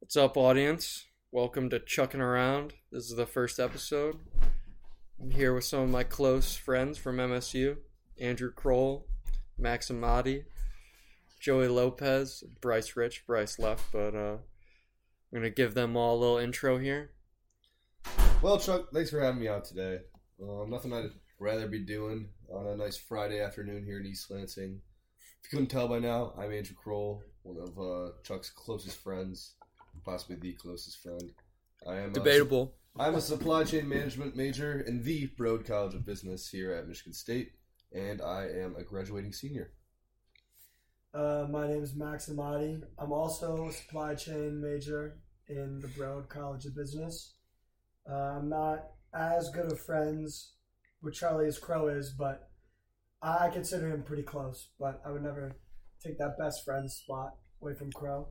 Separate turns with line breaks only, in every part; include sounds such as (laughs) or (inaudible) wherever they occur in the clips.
What's up, audience? Welcome to Chucking Around. This is the first episode. I'm here with some of my close friends from MSU Andrew Kroll, Max Amati, Joey Lopez, Bryce Rich. Bryce left, but uh, I'm going to give them all a little intro here.
Well, Chuck, thanks for having me on today. Uh, nothing I'd rather be doing on a nice Friday afternoon here in East Lansing. If you couldn't tell by now, I'm Andrew Kroll, one of uh, Chuck's closest friends, possibly the closest friend. I am
Debatable.
A, I'm a supply chain management major in the Broad College of Business here at Michigan State, and I am a graduating senior.
Uh, my name is Max Amati. I'm also a supply chain major in the Broad College of Business. Uh, I'm not as good of friends with Charlie as Crow is, but I consider him pretty close. But I would never take that best friend spot away from Crow.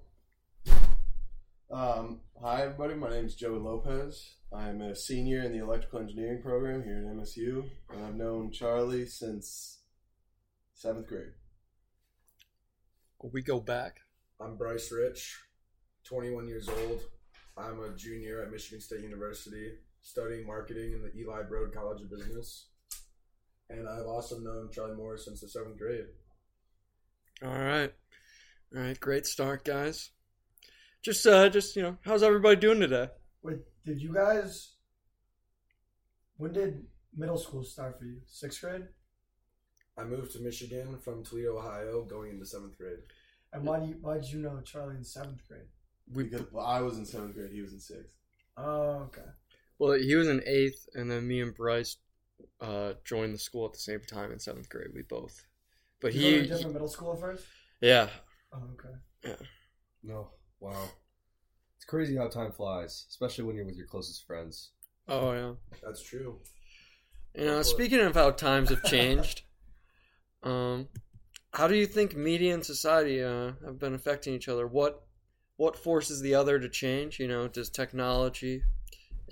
Um, hi, everybody. My name is Joey Lopez. I'm a senior in the electrical engineering program here at MSU, and I've known Charlie since seventh grade.
We go back.
I'm Bryce Rich, 21 years old. I'm a junior at Michigan State University, studying marketing in the Eli Broad College of Business. And I've also known Charlie Moore since the seventh grade.
All right. All right. Great start, guys. Just, uh, just, you know, how's everybody doing today?
Wait, did you guys? When did middle school start for you? Sixth grade.
I moved to Michigan from Toledo, Ohio, going into seventh grade.
And why do you, why did you know Charlie in seventh grade?
We,
because well, I was in seventh grade, he was in sixth.
Oh, okay.
Well, he was in eighth, and then me and Bryce uh, joined the school at the same time in seventh grade. We both, but
Did you go
he,
to a different middle school first.
he- yeah,
Oh, okay.
No, wow. It's crazy how time flies, especially when you're with your closest friends.
oh yeah.
That's true.
You know,
Well-
speaking of how times
(laughs)
have changed, um, how do you think media and society uh, have been affecting each other? What what forces the other to change? You know, does technology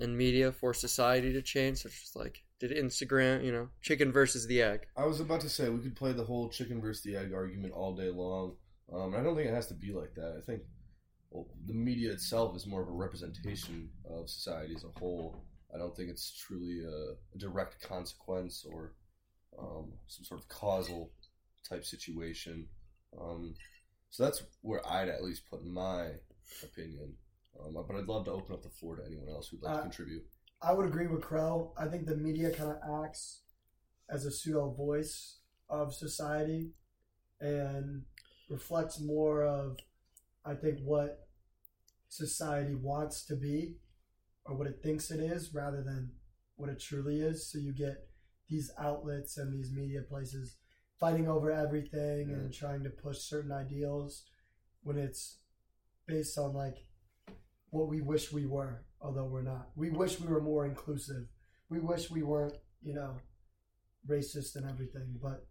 and media force society to change? Such as like, did Instagram, you know, chicken versus the egg?
I was about to say we could play the whole chicken versus the egg argument all day long. Um, I don't think it has to be like that. I think well, the media itself is more of a representation of society as a whole. I don't think it's truly a, a direct consequence or um, some sort of causal type situation. Um, so that's where I'd at least put my opinion. Um, but I'd love to open up the floor to anyone else who'd like
Uh,
to contribute.
I would agree with Crow. I think the media kind of acts as a pseudo voice of society and reflects more of, I think, what society wants to be or what it thinks it is rather than what it truly is. So you get these outlets and these media places fighting over everything and trying to push certain ideals when it's based on like what we wish we were, although we're not. We wish we were more inclusive. We wish we weren't, you know, racist and everything, but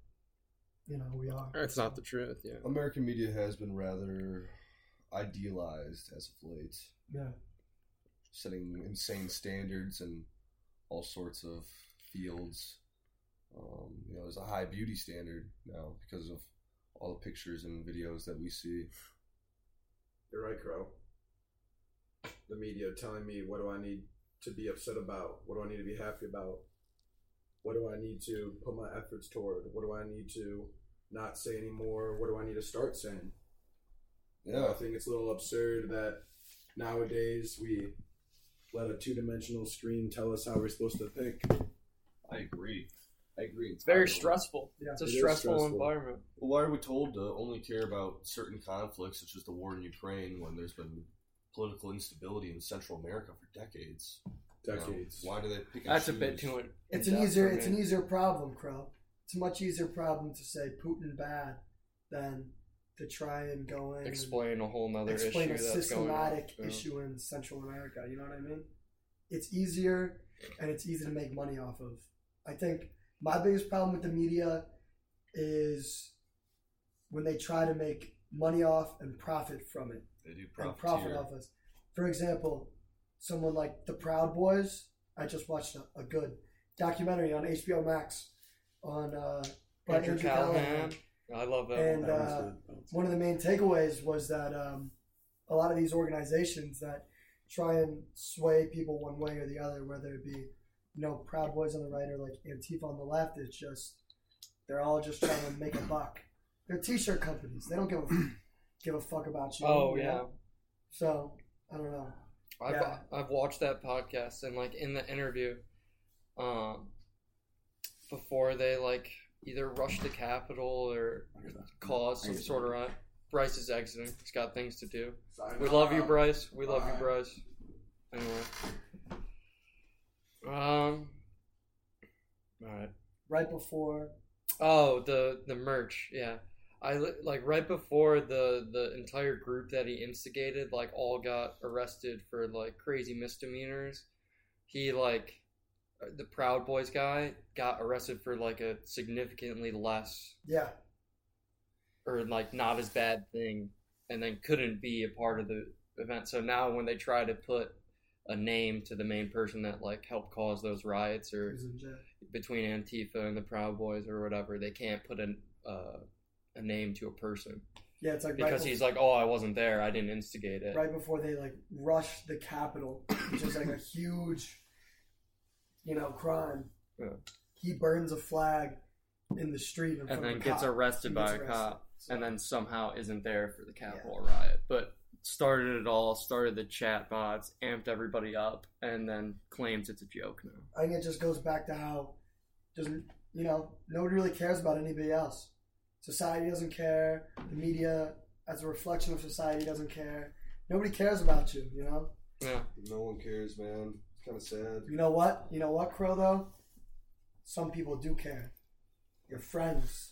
you know, we are.
That's not the truth. Yeah.
American media has been rather idealized as of late.
Yeah.
setting insane standards in all sorts of fields. Um, you know, there's a high beauty standard now because of all the pictures and videos that we see.
You're right, Crow. The media telling me what do I need to be upset about? What do I need to be happy about? What do I need to put my efforts toward? What do I need to not say anymore? What do I need to start saying? I
Yeah,
think it's a little absurd that nowadays we let a two-dimensional screen tell us how we're supposed to think.
I agree. I agree. It's
stressful.
Yeah,
it's
a it is stressful stressful.
environment.
Why are we told to only care about certain conflicts, such as the war in Ukraine, when there's been political instability in Central America for decades? You know,
Decades.
why do they pick? And
That's a
choose?
bit too. in-
It's
in
an
depth
easier
for
it's
me.
an easier problem, Crow. It's a much easier problem to say Putin bad than to try and go in and
explain a whole nother
explain
issue
a
that's going on.
systematic
Yeah.
issue in Central America. You know what I mean? It's easier and it's easy to make money off of. I think my biggest problem with the media is when they try to make money off and profit from it
They do
and profit
profiteer.
off us. For example, someone like the Proud Boys. I just watched a, a good documentary on HBO Max on uh, by
Andrew Callahan. I love that.
And,
one.
uh, one of the main takeaways was that um, a lot of these organizations that try and sway people one way or the other, whether it be you know Proud Boys on the right or like Antifa on the left. It's just they're all just trying to make a buck. They're T-shirt companies. They don't give a, (coughs) give a fuck about you.
Oh
you know?
yeah,
So I don't know.
I've
Yeah.
I've watched that podcast and like in the interview, um, before they like either rush the Capitol or cause some sort of riot. Bryce is exiting. He's got things to do.
Uh,
We love you, Bryce. We love you, Bryce. Anyway. Um. All right.
Right before
Oh, the the merch. Yeah, I li- like right before the the entire group that he instigated, like all got arrested for like crazy misdemeanors. He like uh, the Proud Boys guy got arrested for like a significantly less
yeah,
or like not as bad thing, and then couldn't be a part of the event. So now when they try to put a name to the main person that like helped cause those riots
he
or
was in jail.
between Antifa and the Proud Boys or whatever, they can't put an, uh, a name to a person
Yeah, it's like right
because
before,
he's like, oh, I wasn't there, I didn't instigate it.
right before they like rush the Capitol, which
(laughs)
is like a huge, you know, crime.
Yeah.
He burns a flag in the street in front
And then
of a
gets
cop.
arrested
He
by
gets
a cop,
arrested.
and then somehow isn't there for the Capitol riot. But started it all, started the chat bots, amped everybody up, and then claims it's a joke now.
I think it just goes back to how doesn't you know nobody really cares about anybody else. Society doesn't care. The media, as a reflection of society, doesn't care. Nobody cares about you. You know.
Yeah,
No one cares, man. It's kind of sad.
You know what? You know what, Crow? Though some people do care. Your friends.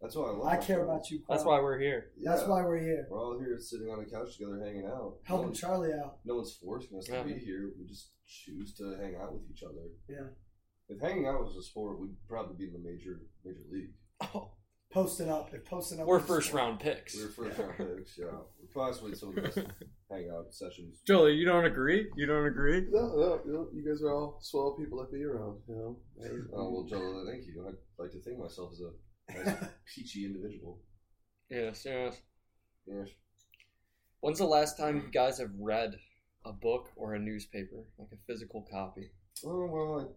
That's why I love.
I care about you, Crow.
that's why we're here.
That's why we're here,
we're all here sitting on a couch together, hanging out. no,
helping
one's-
Charlie out.
no one's forcing us
Yeah.
to be here. We just choose to hang out with each other.
Yeah.
If hanging out was a sport, we'd probably be in the major major league.
Oh. Posting up. They're posting up.
we're first round picks.
We were first round picks. Yeah, we possibly some of the best hangout sessions.
Joey, you don't agree? You don't agree?
No, no, no, you guys are all swell people to be around, you know.
Oh well, Joe, thank you. I'd like to think myself as a nice, peachy individual.
Yes, yes.
Yeah.
When's the last time you guys have read a book or a newspaper, like a physical copy?
Oh well,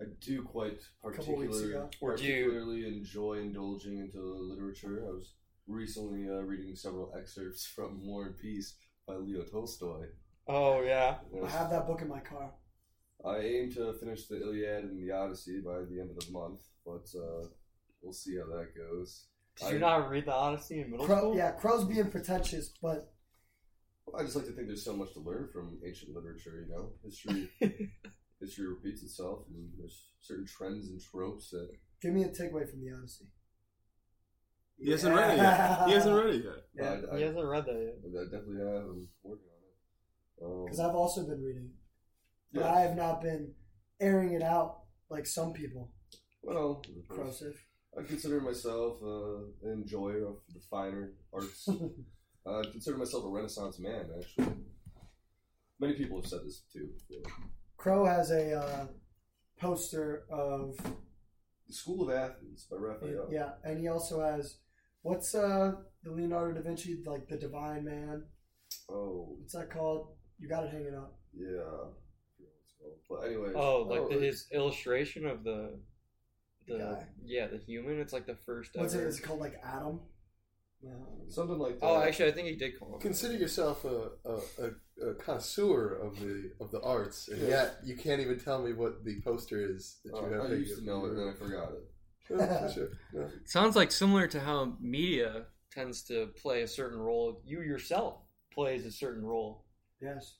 I, I do quite
couple weeks
particularly
ago.
Or do you-
particularly enjoy indulging into literature. I was recently uh, reading several excerpts (laughs) from War and Peace by Leo Tolstoy.
Oh yeah.
And
I have that book in my car.
I aim to finish the Iliad and the Odyssey by the end of the month, but uh, we'll see how that goes.
Did you
I-
not read the Odyssey in middle
Crow,
school?
yeah, Crow's being pretentious, but
I just like to think there's so much to learn from ancient literature. You know,
(laughs)
history history repeats itself, and there's certain trends and tropes that
give me a takeaway from the Odyssey.
He hasn't read it yet. He hasn't read it yet.
Yeah.
I- I,
He hasn't read that yet.
I definitely have. I'm working on
Because
it. Um,
I've also been reading, but
Yeah.
I have not been airing it out like some people.
well,
Corrosive.
I consider myself uh, an enjoyer of the finer arts. uh, I consider myself a Renaissance man, actually. Many people have said this too. before.
Crow has a uh, poster of
The School of Athens by Raphael.
yeah, and he also has what's uh the Leonardo da Vinci like the Divine Man?
Oh,
What's that called? You got it hanging up.
yeah. I forget what it's called. But anyways.
Oh, like the,
it-
his illustration of the the
Guy.
yeah the human. It's like the first
What's it?
ever.
Is it called like Adam?
Something like that.
Oh, actually, I think he did call. Him.
Consider yourself a, a, a, a connoisseur of the of the arts, and yet you can't even tell me what the poster is that
Uh,
you have.
I
hanging
used
up
to know it,
in
and
your
then I forgot it.
(laughs)
room. Sure, yeah.
Sounds like similar to how media tends to play a certain role. You yourself plays a certain role.
Yes.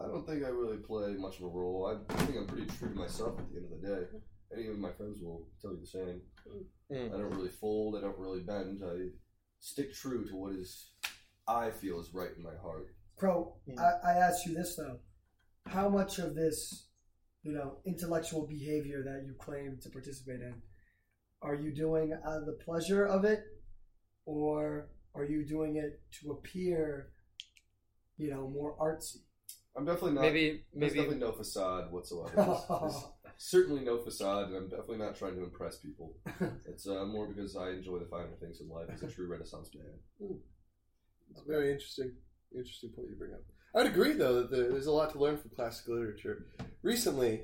I don't think I really play much of a role. I think I'm pretty true to myself at the end of the day. Any of my friends will tell you the same.
Mm.
I don't really fold. I don't really bend. I stick true to what is I feel is right in my heart.
Crow,
Yeah.
I, I asked you this though. How much of this, you know, intellectual behavior that you claim to participate in, are you doing out of the pleasure of it, or are you doing it to appear, you know, more artsy?
I'm definitely not.
Maybe
there's
maybe
definitely no facade whatsoever. There's-
(laughs)
(laughs)
there's certainly no facade, and I'm definitely not trying to
(laughs)
impress people. It's uh, more because I enjoy the finer things in life as a true Renaissance man.
It's very interesting. Interesting point you bring up. I'd agree, though, that there- there's a lot to learn from classic literature. Recently,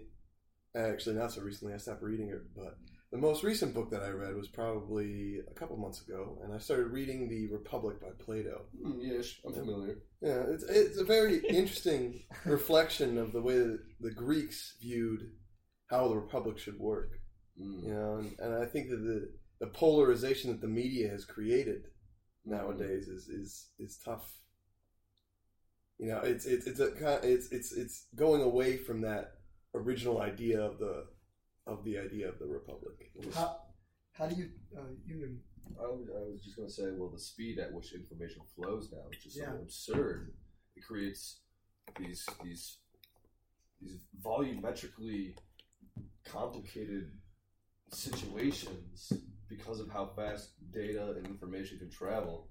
actually, not so recently, I stopped reading it, but the most recent book that I read was probably a couple months ago, and I started reading The Republic by Plato.
Hmm, yes, I'm familiar.
Yeah, it's, it's a very interesting reflection of the way that the Greeks viewed how the Republic should work.
Mm.
you know and, and i think that the, the polarization that the media has created nowadays is is is tough you know it's it's it's a kind it's it's it's going away from that original idea of the of the idea of the republic
How, how do you uh, you can-
I, was, I was just going to say, well, the speed at which information flows now is just so
Yeah.
absurd. It creates these these these volumetrically complicated situations because of how fast data and information can travel.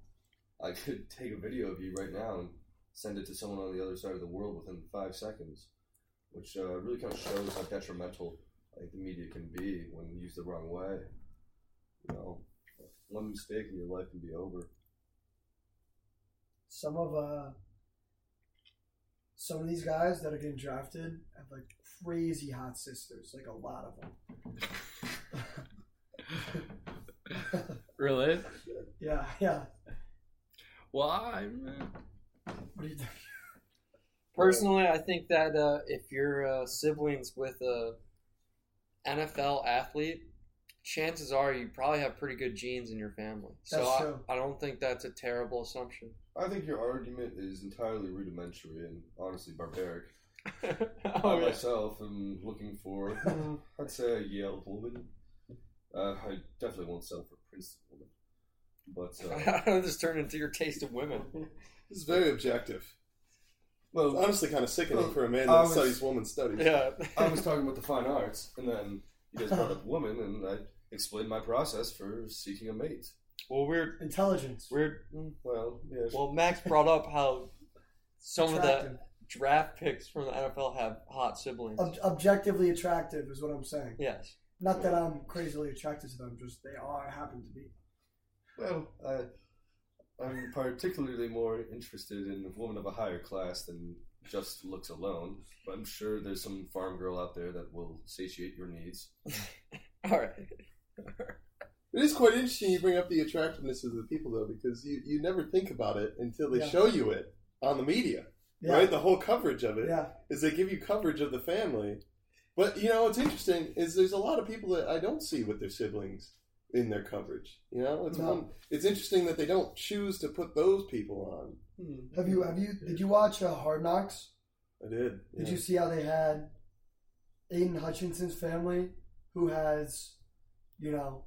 I could take a video of you right now and send it to someone on the other side of the world within five seconds, which uh, really kind of shows how detrimental like the media can be when used the wrong way. You know, one mistake and your life can be over.
some of uh some of these guys that are getting drafted have like crazy hot sisters, like a lot of them.
Really?
Yeah, (laughs) yeah.
Why, man?
What do you think?
Personally, I think that uh, if your uh, siblings with a NFL athlete, chances are you probably have pretty good genes in your family. So
That's
I,
true.
I don't think that's a terrible assumption.
I think your argument is entirely rudimentary and honestly barbaric. I
(laughs) (laughs) oh, yeah.
myself am looking
(laughs)
for, (laughs) mm, I'd say, a Yale woman. Uh, I definitely won't settle for Princeton woman.
(laughs)
But, uh,
How did this turn into your taste of women?
it's very objective it's
well,
honestly kind of sickening
Well,
for a man
I
that
was-
studies woman studies
(laughs) Yeah.
I was talking about the fine arts, and then you guys brought up woman, and I explained my process for seeking
(laughs)
a mate.
well, we're
Intelligence.
we're
Well, yeah.
well. Max brought up how some of
attractive.
the draft picks from the NFL have hot siblings.
Ob- objectively attractive is what I'm saying.
yes.
Not that I'm crazily attracted to them, just they are happen to be.
Well, I, I'm particularly more interested in women of a higher class than just looks alone. But I'm sure there's some farm girl out there that will satiate your needs.
All right.
It is quite interesting you bring up the attractiveness of the people, though, because you, you never think about it until they
Yeah.
show you it on the media,
Yeah.
right? The whole coverage of it
Yeah.
is they give you coverage of the family. But you know what's interesting is there's a lot of people that I don't see with their siblings in their coverage. You know, it's
No.
one, it's interesting that they don't choose to put those people
Have you have you did you watch uh, Hard Knocks?
on. I did.
Did
yeah.
you see how they had Aiden Hutchinson's family, who has, you know,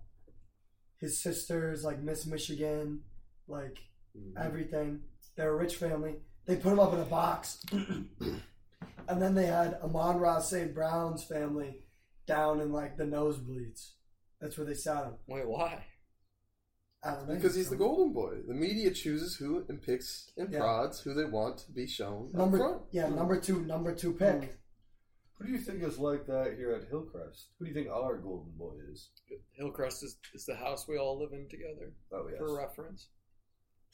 his sisters like Miss Michigan, like
Mm-hmm.
everything. They're a rich family. They put him up in a box, (clears throat) and then they had Amon Ross St. Brown's family down in like the nosebleeds. That's where they sat him.
Wait, why?
I don't know.
Because he's the golden boy. The media chooses who and picks and
Oh. Yeah.
prods who they want to be shown up
number.
front. Mm.
Yeah, number two, number two pick.
Who do you think is like that here at Hillcrest? Who do you think our golden boy is?
Hillcrest is, is the house we all live in together.
Oh yes,
For reference.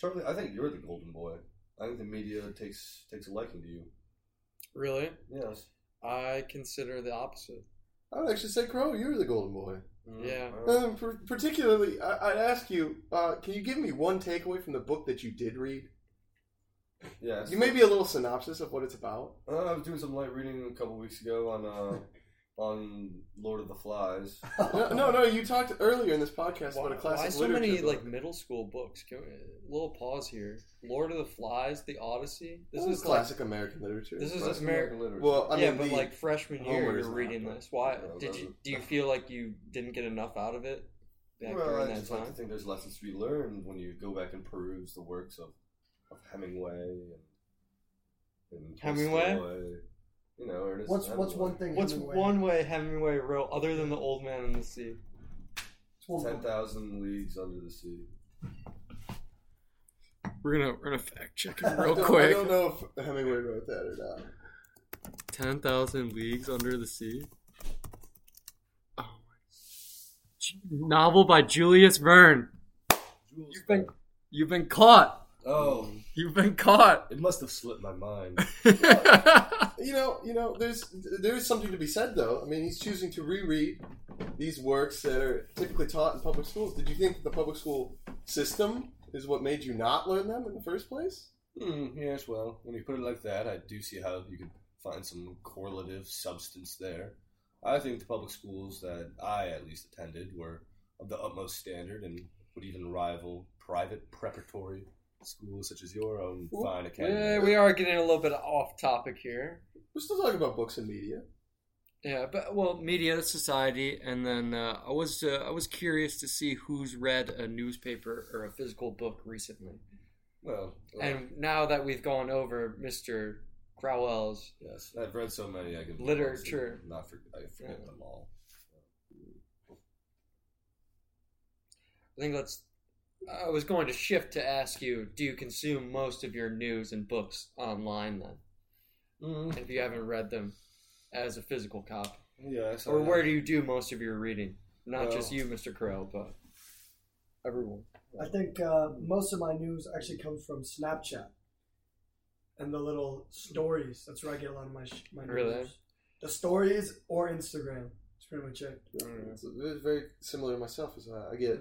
Charlie. I think you're the golden boy. I think the media takes takes a liking to you.
Really?
Yes.
I consider the opposite.
I would actually say, Crow, you're the golden boy.
Mm,
Yeah.
well,
Um, par- particularly, I- I'd ask you, uh, can you give me one takeaway from the book that you did read?
yes.
You maybe a little synopsis of what it's about.
Uh, I was doing some light reading a couple weeks ago on uh,
(laughs)
on Lord of the Flies.
No, no, no, you talked earlier in this podcast
Why,
about a classic
why so
literature
many
book.
like middle school books? Can we, little pause here. Lord of the Flies, The Odyssey. This
Well,
is classic.
classic American literature.
this is
That's
American.
literature.
well, I
yeah,
mean,
but
the-
like freshman year,
Homer is
you're
not,
reading
but-
this. Why
No,
did
that
you?
was-
Do you feel like you didn't get enough out of it back
well, I
during that
just like
time?
to think there's lessons to be learned when you go back and peruse the works of, of Hemingway and, and
Hemingway?
Tolstoy, you know, Ernest
What's what's
Hemingway.
one thing?
What's
Hemingway-
one way Hemingway wrote other than the Old Man and the Sea?
what's one-
Ten thousand leagues under the sea.
We're gonna we're gonna fact check
(laughs)
it
I don't- I don't know if Hemingway wrote that or not.
Ten thousand leagues under the sea. Oh my! Novel by Julius Verne. You've been you've been caught.
Oh,
You've been (laughs) caught.
it must have slipped my mind.
You know, you know, there's there is something to be said though. I mean, he's choosing to reread these works that are typically taught in public schools. Did you think the public school system is what made you not learn them in the first place?
Hmm, yes, well, when you put it like that, I do see how you could find some correlative substance there. I think the public schools that I at least attended were of the utmost standard and would even rival private preparatory schools such as your own
Ooh,
fine academy.
Eh, we are getting a little bit off topic here.
We're still talking about books and media.
Yeah, but well, media, society, and then uh, I was uh, I was curious to see who's read a newspaper or a physical book recently.
Well, uh,
And now that we've gone over Mr. Crowell's,
yes, I've read so many I can
Literature.
Not for, I forget
Yeah.
them all.
I think let's. I was going to shift to ask you: Do you consume most of your news and books online then,
Mm,
if you haven't read them as a physical copy,
yes,
or
I-
where do you do most of your reading? Not
Oh, Well-
just you, Mr. Crowell, but everyone.
I think uh, most of my news actually comes from Snapchat and the little stories. That's where I get a lot of my sh- my news.
Really?
The stories or Instagram. That's pretty much it. (clears throat)
Mm.
It's it's very similar to myself. As I, I get,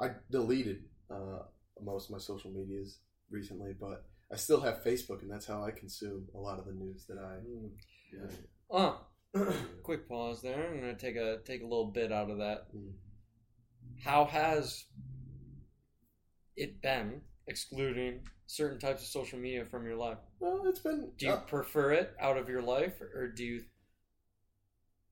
I deleted uh, most of my social medias recently, but I still have Facebook, and that's how I consume a lot of the news that I.
Mm, yeah.
Uh, quick pause there. I'm gonna take a take a little bit out of that.
Mm.
How has it been, excluding certain types of social media from your life?
Well, it's been.
Do you
uh,
prefer it out of your life, or do you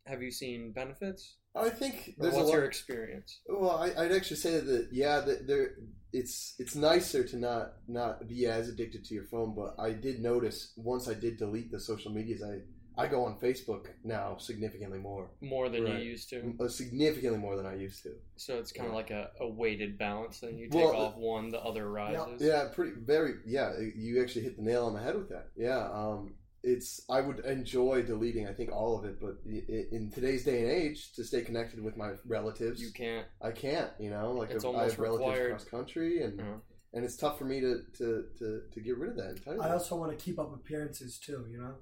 have you seen benefits?
I think
Or
there's a
what's
lot.
your experience?
Well, I, I'd actually say that yeah, that there it's it's nicer to not not be as addicted to your phone. But I did notice once I did delete the social medias, I I go on Facebook now significantly more,
More than
Right.
you used to,
uh, significantly more than I used to.
so it's kind of like a, a weighted balance. Then you take
Well,
off one, the other rises.
Yeah, pretty very. Yeah, you actually hit the nail on the head with that. Yeah, um, it's I would enjoy deleting. I think all of it, but i- i- in today's day and age, to stay connected with my relatives,
you can't.
I can't. You know, like
It's
I have
almost
relatives
required.
across country, and
Yeah.
and it's tough for me to to to, to get rid of that entirely.
I also want to keep up appearances too. You know,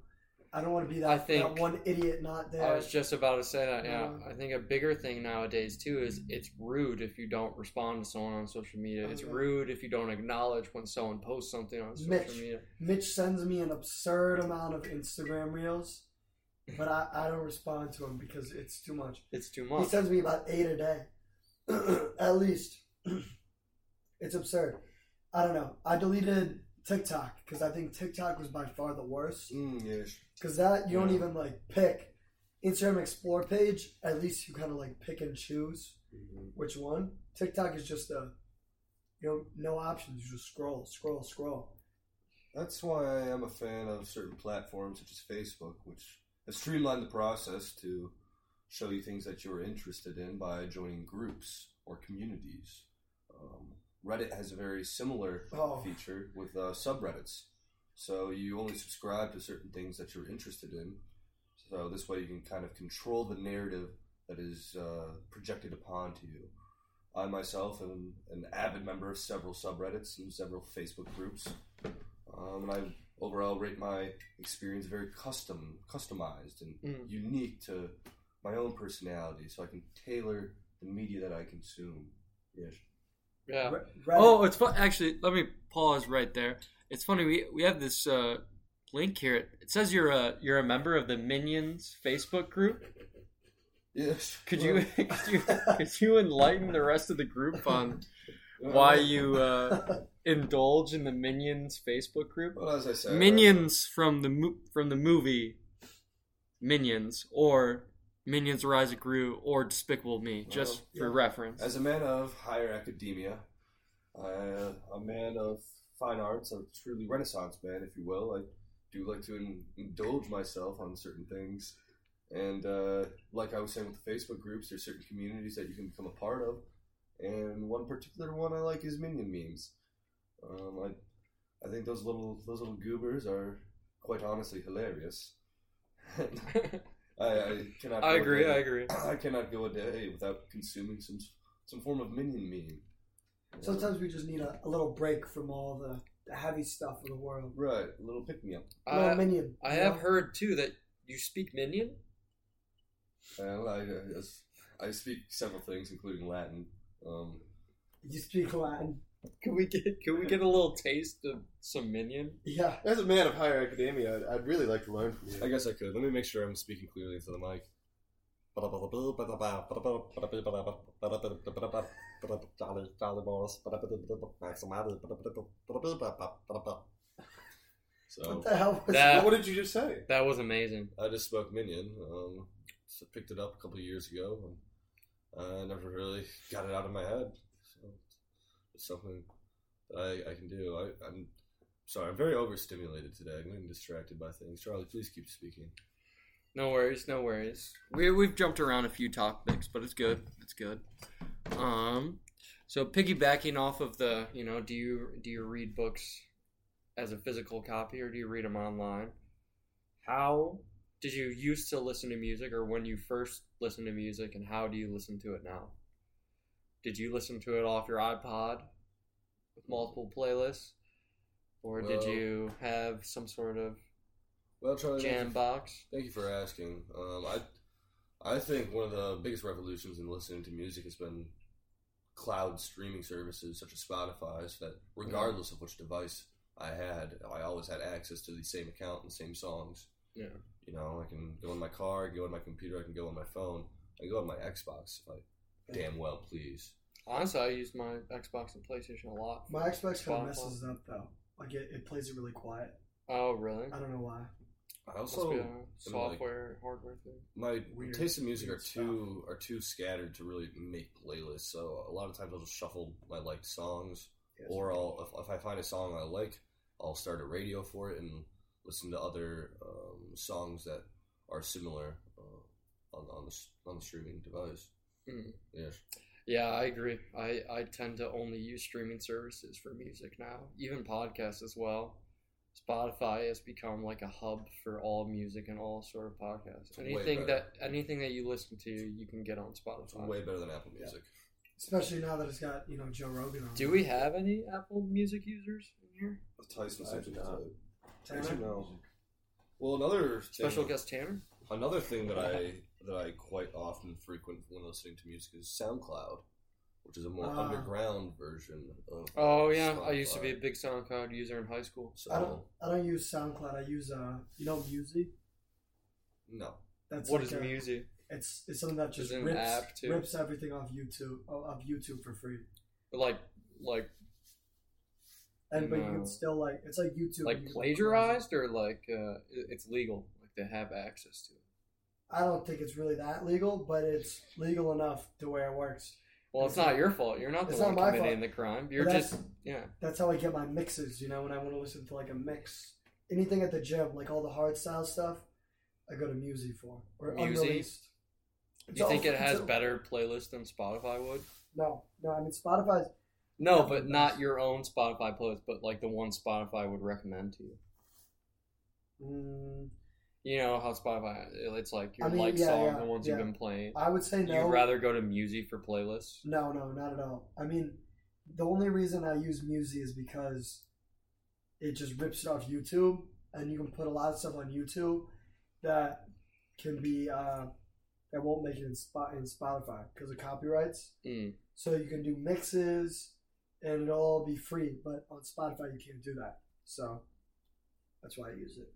I don't want to be that,
I think-
that one idiot
I
not there.
was just about to say that. Yeah,
Yeah.
I think a bigger thing nowadays too is it's rude if you don't respond to someone on social media. It's
Okay.
Mm-hmm.
rude if you don't acknowledge when someone posts something on social
Mitch.
media.
Mitch sends me an absurd amount of Instagram reels, but I, I don't respond to him because it's too much.
It's too
He
much.
sends me about eight a day, (clears throat) at least. (clears throat) it's absurd. I don't know. I deleted TikTok because I think TikTok was by far the worst.
Mm, yes.
Because that you don't
Yeah.
even like pick. Instagram Explore page, at least you kind of like pick and choose
Mm-hmm.
which one. TikTok is just a you know no options. You just scroll, scroll, scroll.
That's why I am a fan of certain platforms such as Facebook, which has streamlined the process to show you things that you're interested in by joining groups or communities. Um, Reddit has a very similar
Oh.
feature with uh, subreddits. So you only subscribe to certain things that you're interested in. So this way you can kind of control the narrative that is uh, projected upon to you. I myself am an avid member of several subreddits and several Facebook groups. Um, and I overall rate my experience very custom, customized, and
Mm.
unique to my own personality, so I can tailor the media that I consume. Yes.
Yeah.
Re- Reddit.
Oh, it's fun. Actually, let me pause right there. It's funny. We we have this uh, link here. It says you're a you're a member of the Minions Facebook group.
Yes.
Could you (laughs) could you, could you enlighten the rest of the group on why you uh, indulge in the Minions Facebook group?
Well, as I
Uh,
said,
Minions from the mo- from the movie Minions or Minions Rise of Gru or Despicable Me, just
Well,
for
yeah.
reference.
uh, As a man of higher academia, uh, a man of fine arts, a truly Renaissance man, if you will, I do like to in- indulge myself on certain things. And uh, like I was saying with the Facebook groups, there's certain communities that you can become a part of. And one particular one I like is minion memes. Um, I, I think those little those little goobers are quite honestly hilarious. (laughs) I, I cannot.
(laughs) I
go
agree. I
against-
agree.
I cannot go a day without consuming some some form of minion meme.
Sometimes we just need a, a little break from all the the heavy stuff of the world.
Right, a little pick me up.
Little
I,
minion.
I
you
have
know?
heard too that you speak Minion.
I, don't know, I, guess- I speak several things, including Latin. Um,
You speak Latin.
Can we get can we get a little taste of some Minion?
Yeah.
As a man of higher academia, I'd, I'd really like to learn from
I
you.
guess I could. Let me make sure I'm speaking clearly into the mic. So
What the hell (laughs) was
That-
what did you just say?
That was amazing.
I just spoke Minion. Um, so picked it up a couple of years ago, and I never really got it out of my head. So it's something that I, I can do. I, I'm sorry, I'm very overstimulated today. I'm getting distracted by things. Charlie, please keep speaking.
No worries, no worries. We we've jumped around a few topics, but it's good. It's good. Um, so piggybacking off of the, you know, do you do you read books as a physical copy or do you read them online? How did you used to listen to music, or when you first listened to music, and how do you listen to it now? Did you listen to it off your iPod with multiple playlists, or did
Well-
you have some sort of
Well, Charlie, thank you
jam
for-
box?
Thank you for asking. Um, I, I think one of the biggest revolutions in listening to music has been cloud streaming services such as Spotify, so that regardless of which device I had, I always had access to the same account and same songs.
Yeah.
You know, I can go in my car, I can go on my computer, I can go on my phone, I can go on my Xbox if I damn well please.
Honestly, I use my Xbox and PlayStation a lot.
My Xbox kind
Spotify.
of messes it up though. Like it, it plays it really quiet.
Oh, really?
I don't know why.
I
Must be a
also
software, hardware thing.
my
Weird-
tastes in music are
weird
too are too scattered to really make playlists. So a lot of times I'll just shuffle my liked songs, or I'll if, if I find a song I like, I'll start a radio for it and listen to other um, songs that are similar uh, on on the s- on the streaming device.
Hmm.
Mm.
Yeah,
Yeah, I agree. I, I tend to only use streaming services for music now, even podcasts as well. Spotify has become like a hub for all music and all sort of podcasts.
It's way
Anything that
better.
anything that you listen to, you can get on
it's
Spotify.
way better than Apple Music.
Especially now that it's got you know Joe Rogan on.
Do we have any Apple Music users in here?
Tyson
I do not.
Tanner?
Actually, no.
Well, another thing-
Special guest Tanner.
Another thing that I that I quite often frequent when listening to music is SoundCloud, which is a more
Ah.
underground version of.
Oh yeah, I used to
Spotify.
be a big SoundCloud user in high school.
I
So
don't. I don't use SoundCloud. I use uh, you know, Music.
no,
That's
what
like
is
a-
music?
It's it's something that just
it an
rips,
app, too?
rips everything off YouTube off YouTube for free.
Like like
And but you
No.
can still like it's like YouTube.
like
you can close
plagiarized or like uh, it- it's legal like they have access to it
it. I don't think it's really that legal, but it's legal enough to where it works.
well it's not your fault you're not the
It's
one
not my
committing
fault.
the crime you're
But that's-
just yeah
That's how I get my mixes. You know, when I want to listen to like a mix, anything at the gym, like all the hard style stuff, I go to Music for or
Musi?
unreleased.
do
It's
you
all-
think it
it's
has
all-
better playlists than spotify would
No, no. I mean Spotify's
no
Definitely
but
does.
not your own spotify playlist but like the one spotify would recommend to you
Mm,
you know how spotify it's like your
I mean,
like
yeah,
songs
yeah,
the ones
yeah.
you've been playing
I would say no.
you'd rather go to Musi for playlists
No, no, not at all. I mean, the only reason I use Musi is because it just rips it off YouTube, and you can put a lot of stuff on YouTube that can be uh, that won't make it in, spot, in Spotify because of copyrights.
Mm.
So you can do mixes, and it'll all be free. But on Spotify, you can't do that. So that's why I use it.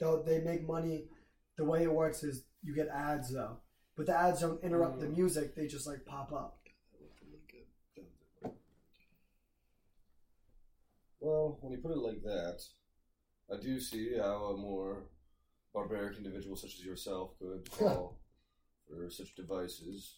Though they make money, the way it works is you get ads though, but the ads don't interrupt the music; they just like pop up.
well, when you put it like that, I do see how a more barbaric individual such as yourself
(laughs)
could fall for such devices.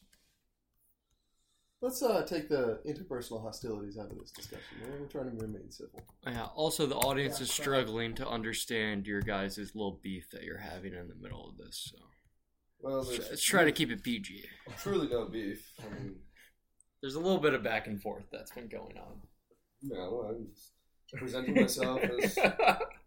Let's uh, take the interpersonal hostilities out of this discussion. We're, we're trying to remain civil.
yeah also the audience
Yeah,
is
so-
struggling to understand your guys' little beef that you're having in the middle of this so
Well,
Let's-
there's
let's try to keep it PG.
truly no beef. I mean,
There's a little bit of back and forth that's been going on. (laughs)
no, I'm just presenting myself as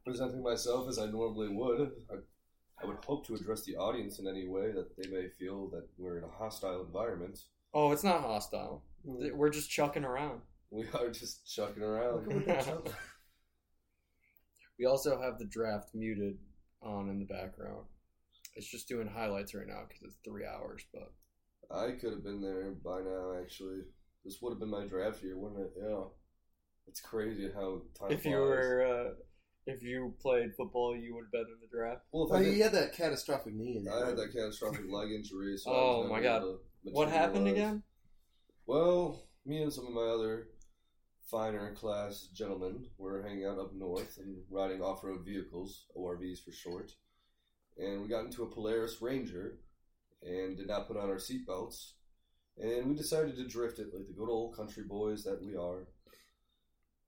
presenting myself as I normally would. I, I would hope to address the audience in any way that they may feel that we're in a hostile environment.
oh, it's not hostile. Th- We're just chucking around.
We are just chucking
Look at
around.
what they chose.
We also have the draft muted on in the background. It's just doing highlights right now because it's three hours. But
I could have been there by now, actually. This would have been my draft year, wouldn't it? Yeah. It's crazy how time
if you
flies.
were, uh, if you played football, you would have been in the draft.
Well, if
Well,
I,
Oh,
he
did,
had that catastrophic knee in
I
there.
had that catastrophic leg injury, so
Oh,
I was
my
never
God.
able to
What happened
materialize.
again? (laughs)
Well, me and some of my other finer class gentlemen were hanging out up north and riding off road vehicles, ORVs for short. And we got into a Polaris Ranger and did not put on our seatbelts. And we decided to drift it like the good old country boys that we are.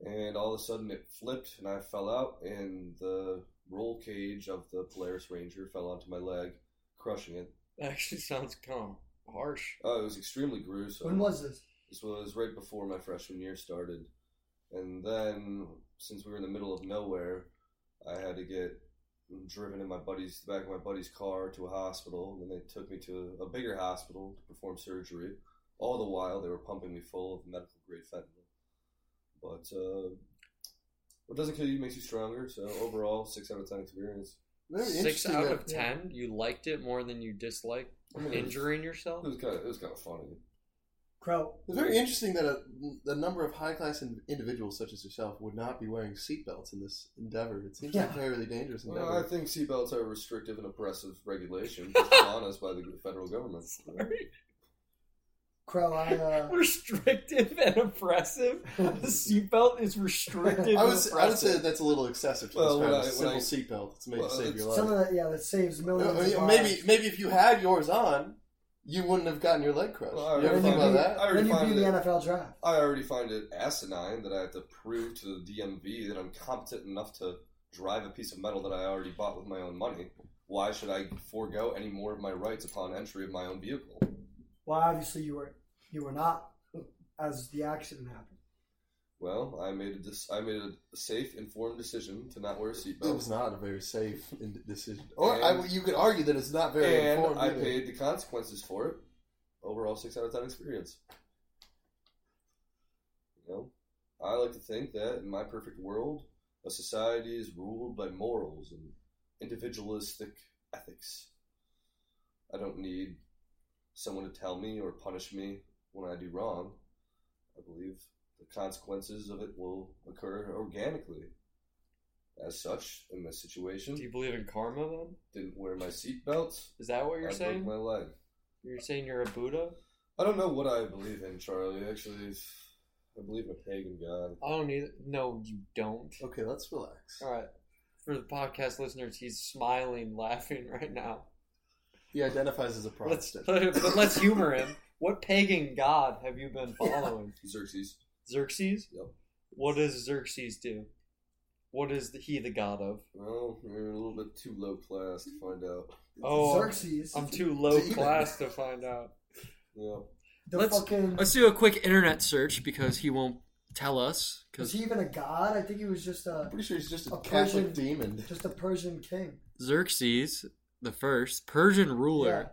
And all of a sudden it flipped and I fell out, and the roll cage of the Polaris Ranger fell onto my leg, crushing it.
That actually sounds kind of harsh.
Oh, it was extremely gruesome.
(laughs) When was this?
This was right before my freshman year started. And then, since we were in the middle of nowhere, I had to get driven in my buddy's the back of my buddy's car to a hospital. Then they took me to a bigger hospital to perform surgery. All the while, they were pumping me full of medical grade fentanyl. But uh, what doesn't kill you makes you stronger. So overall, six out of ten experience.
Very
Six
interesting
out
that-
of ten, you liked it more than you disliked
I mean, it was-
injuring yourself.
(laughs) It was kind of it was kind of funny.
Crow.
It's very interesting that a, the number of high class in, individuals such as yourself would not be wearing seatbelts in this endeavor. It seems like a very dangerous endeavor.
Well, I think seatbelts are a restrictive and oppressive (laughs) regulation put on us by the federal government.
Sorry.
Crow, I uh,
Restrictive and oppressive. The seatbelt is restrictive.
(laughs) I
and
would, say, I would say
oppressive.
that that's a little excessive to
Well,
describe
when
a
I- when
simple seatbelt. It's made
well,
to save your
some
life.
of that yeah, that saves millions.
Uh,
of
yeah,
lives.
maybe maybe if you had yours on, you wouldn't have gotten your leg crushed.
Well, I
you ever
already
think about
did.
that?
I already
Then you
find
beat the
it-
NFL draft.
I already find it asinine that I have to prove to the DMV that I'm competent enough to drive a piece of metal that I already bought with my own money. Why should I forego any more of my rights upon entry of my own vehicle?
Well, obviously you were you were not as the accident happened.
Well, I made a dis- I made a safe, informed decision to not wear a
It was
seatbelt,
not a very safe in- decision. Or I,
And-
you could argue that it's not very
and
informed.
I
either.
paid the consequences for it. Overall, six out of ten experience. You know, I like to think that in my perfect world, a society is ruled by morals and individualistic ethics. I don't need someone to tell me or punish me when I do wrong. I believe the consequences of it will occur organically. As such, in this situation,
Do you believe in karma? Then
didn't wear my seatbelt.
is that what you're
I
saying?
broke my leg.
You're saying you're a Buddha?
I don't know what I believe in, Charlie. Actually, I believe in a pagan god.
I don't either. No, you don't.
Okay, let's relax.
All right. For the podcast listeners, he's smiling, (laughs) laughing right now.
He identifies as a
Let's,
Protestant.
but let's humor him. What pagan god have you been following?
Xerxes.
Xerxes.
Yep.
What does Xerxes do? What is the, he the god of?
Well, you're a little bit too low class to find out.
Oh,
Xerxes,
I'm too low
Demon.
class to find out.
Yeah.
the
let's-
fucking
Let's do a quick internet search because he won't tell us. Because
was he even a god? I think he was just a
I'm pretty sure he's just a,
A
Catholic
Persian-
demon.
just a Persian king.
Xerxes the first, Persian ruler.
Yeah.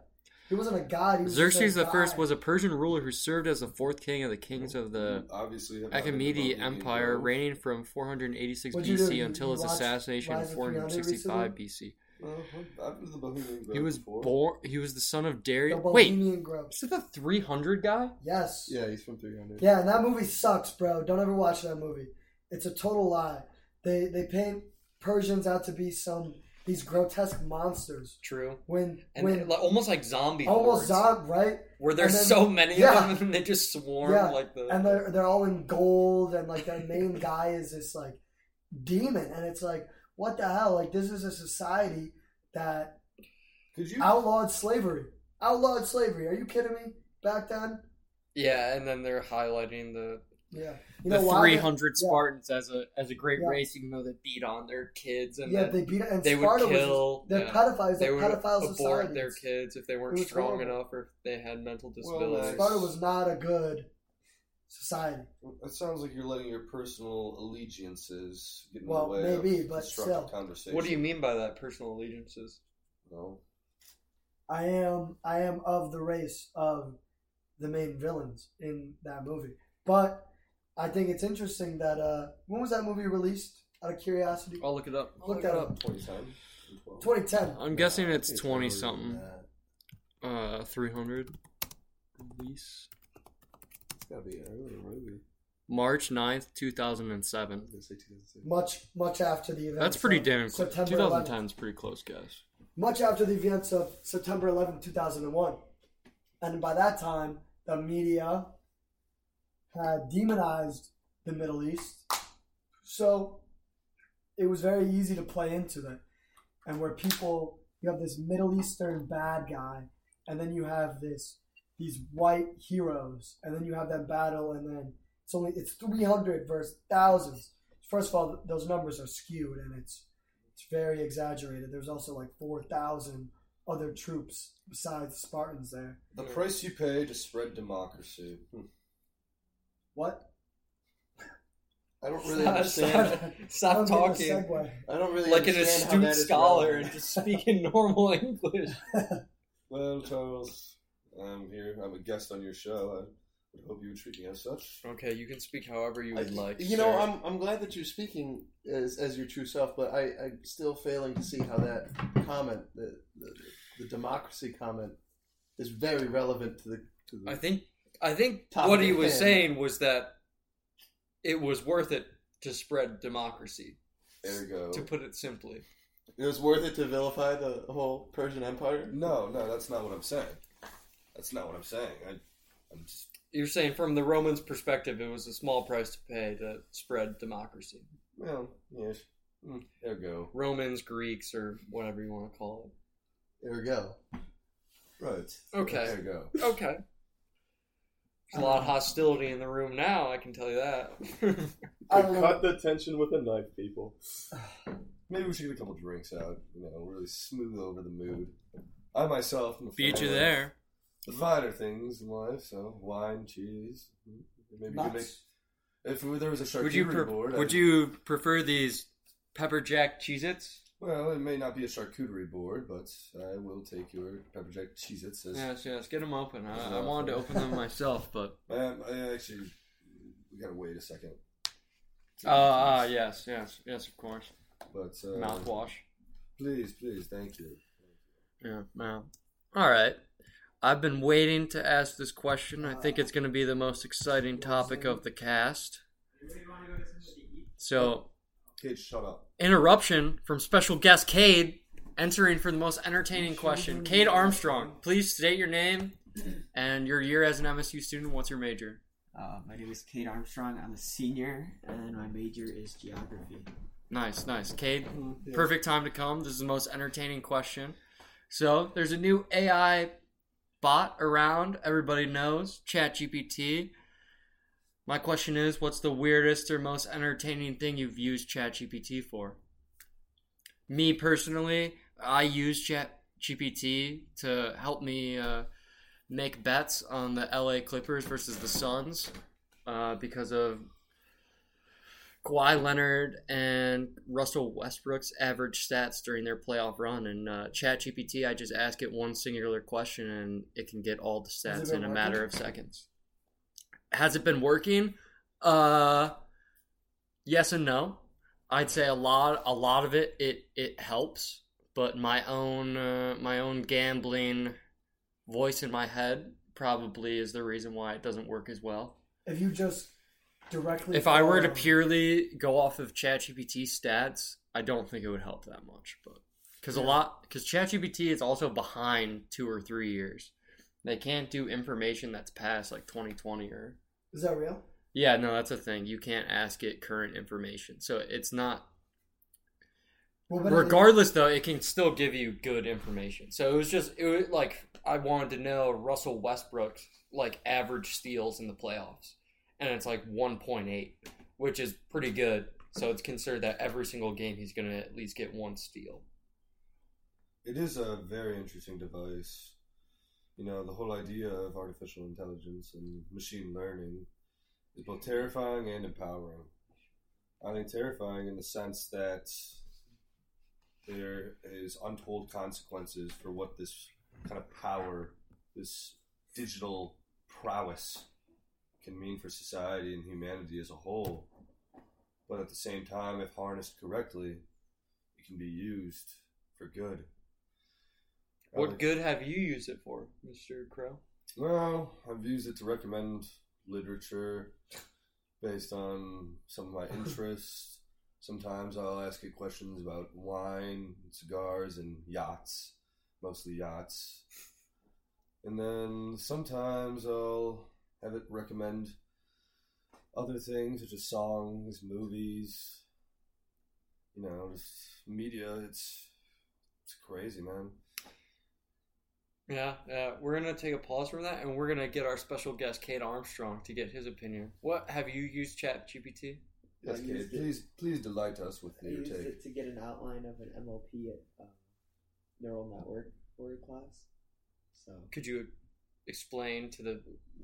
He wasn't a god. He was
Xerxes
just a
the first
guy.
was a Persian ruler who served as the fourth king of the kings of the
Obviously, have not heard
Achaemenid
about the
Empire,
Indian
reigning from 486
What'd you do?
BC
You-
until
you
his
watched
assassination in
Rise of
465
300
BC.
Grove. Uh-huh. I've been to the Bohemian Grove
He was
before.
born. He was the son of
the
Darius. Wait,
Bohemian Grove.
is it the 300 guy?
Yes.
Yeah, he's from 300.
Yeah, and that movie sucks, bro. Don't ever watch that movie. It's a total lie. They they paint Persians out to be some these grotesque monsters.
True.
When
And
when
like, almost like zombie. hordes.
almost zombie, right?
Where there's
And then-
so many
yeah.
of them, and they just swarm
Yeah,
like the.
and they're they're all in gold, and like their main (laughs) guy is this like demon, and it's like what the hell? Like this is a society that
Could you?
outlawed slavery. Outlawed slavery. Are you kidding me? Back then,
yeah, and then they're highlighting the
yeah. You
the
know why?
300
Yeah.
Spartans as a as a great
Yeah.
race, even though they beat on their kids and
Yeah,
then
they beat it, and
they would
Sparta
kill-
was they're
yeah.
pedophiles.
they
They're
would
pedophile
abort
society.
their kids if they
It
weren't
was
strong
horrible.
enough or if they had mental
Well,
disabilities.
like-
Sparta was not a good society.
It sounds like you're letting your personal allegiances get in
Well,
the way
maybe,
of
but
constructive
still.
conversation.
what do you mean by that? Personal allegiances.
No.
I am I am of the race of the main villains in that movie. But I think it's interesting that uh when was that movie released? Out of curiosity,
I'll look it up.
look that up.
2010.
2010.
I'm guessing
Nah, I
it's
think
20
earlier than
something.
that.
Uh, 300 release.
It's gotta be an earlier movie.
March 9th,
I was
2007.
gonna say 2006.
Much, much after the event.
That's pretty damn close.
September
2010 is pretty close, guys.
much after the events of September 11, 2001. And by that time, the media had demonized the Middle East. So it was very easy to play into that. And where people, you have this Middle Eastern bad guy, and then you have this these white heroes, and then you have that battle, and then it's only it's 300 versus thousands. First of all, those numbers are skewed, and it's it's very exaggerated. There's also like 4,000 other troops besides Spartans there.
The price you pay to spread democracy. Hmm.
What?
I don't
(laughs)
really
Stop-
understand.
I
Stop
don't get the segue.
I don't really
Like an
understand how
astute
that is
scholar
relevant.
and just speaking normal (laughs) English.
Well, Charles, I'm here. I'm a guest on your show. I would hope you would treat me as such.
Okay, you can speak however you
I-
would like.
you know,
sir.
I'm I'm glad that you're speaking as as your true self, but I I'm still failing to see how that comment, the the, the democracy comment, is very relevant to the. To the
I think I think
Top
what
of
he
your
was
head.
saying was that it was worth it to spread democracy.
There you go.
To put it simply,
it was worth it to vilify the whole Persian Empire.
No, no, that's not what I'm saying. That's not what I'm saying. I, I'm just.
you're saying from the Romans' perspective, it was a small price to pay to spread democracy.
Well, yes. Mm, There you go.
Romans, Greeks, or whatever you want to call
There we go.
Right.
Okay.
There you go.
it. Okay. There's a lot of hostility in the room now. I can tell you that. (laughs)
I don't know.
the tension with a knife, people.
(sighs) Maybe we should get a couple drinks out. You know, really smooth over the mood. I myself am a fan of The finer things in life, so wine, cheese. mm, Maybe you could make,
Nuts.
if there was a charcuterie
Would you pre-
board.
would
I'd-
you prefer these pepper jack Cheez-Its?
Well, it may not be a charcuterie board, but I will take your pepper jack Cheez-Its as
Yes, yes. Get them open. I, I wanted to open
(laughs)
them myself, but
Um, I actually, we gotta wait a second.
uh, uh yes, yes, yes, of course.
But uh,
Mouthwash.
Please, please, thank you.
Yeah, no. All right. I've been waiting to ask this question. I think it's going to be the most exciting topic of the cast. So,
Kate, shut up.
interruption from special guest Cade entering for the most entertaining question. Cade Armstrong, please state your name and your year as an MSU student. What's your major?
Uh, my name is Kate Armstrong. I'm a senior, and my major is geography.
Nice, nice. Cade, perfect time to come. This is the most entertaining question. So, there's a new AI bot around. Everybody knows ChatGPT. My question is what's the weirdest or most entertaining thing you've used ChatGPT for? Me personally, I use ChatGPT to help me uh, make bets on the LA Clippers versus the Suns uh, because of Kawhi Leonard and Russell Westbrook's average stats during their playoff run. And uh, ChatGPT, I just ask it one singular question and it can get all the
Has
stats
it
in
been
a matter
working?
of seconds. Has it been working? Uh, yes and no. I'd say a lot, a lot of it, it it helps. But my own, uh, my own gambling voice in my head probably is the reason why it doesn't work as well.
If you just directly.
If I were to
follow-
purely go off of ChatGPT stats, I don't think it would help that much. But because a lot, because ChatGPT is also behind two or three years, they can't do information that's past like 2020 or
Is that real?
yeah, no, that's a thing. You can't ask it current information, so it's not.
Well, but it-
Regardless, though, it can still give you good information. So it was just it was like I wanted to know Russell Westbrook's like average steals in the playoffs, and it's like 1.8, which is pretty good. So it's considered that every single game he's going to at least get one steal.
It is a very interesting device. You know, the whole idea of artificial intelligence and machine learning is both terrifying and empowering. I think terrifying in the sense that there is untold consequences for what this kind of power, this digital prowess, can mean for society and humanity as a whole. But at the same time, if harnessed correctly, it can be used for good.
What
Probably-
good have you used it for, Mr. Crow?
Well, I've used it to recommend literature based on some of my
(laughs)
interests. Sometimes I'll ask it questions about wine, cigars, and yachts, mostly yachts. And then sometimes I'll have it recommend other things such as songs, movies, you know, just media. It's it's crazy, man.
Yeah, yeah. We're gonna take a pause from that, and we're gonna get our special guest Kate Armstrong to get his opinion. What have you used Chat GPT?
Yes,
I
Kate,
used it-
please please delight us with
I
your
used
take.
it to get an outline of an MLP at uh, neural network order class. So
Could you explain to the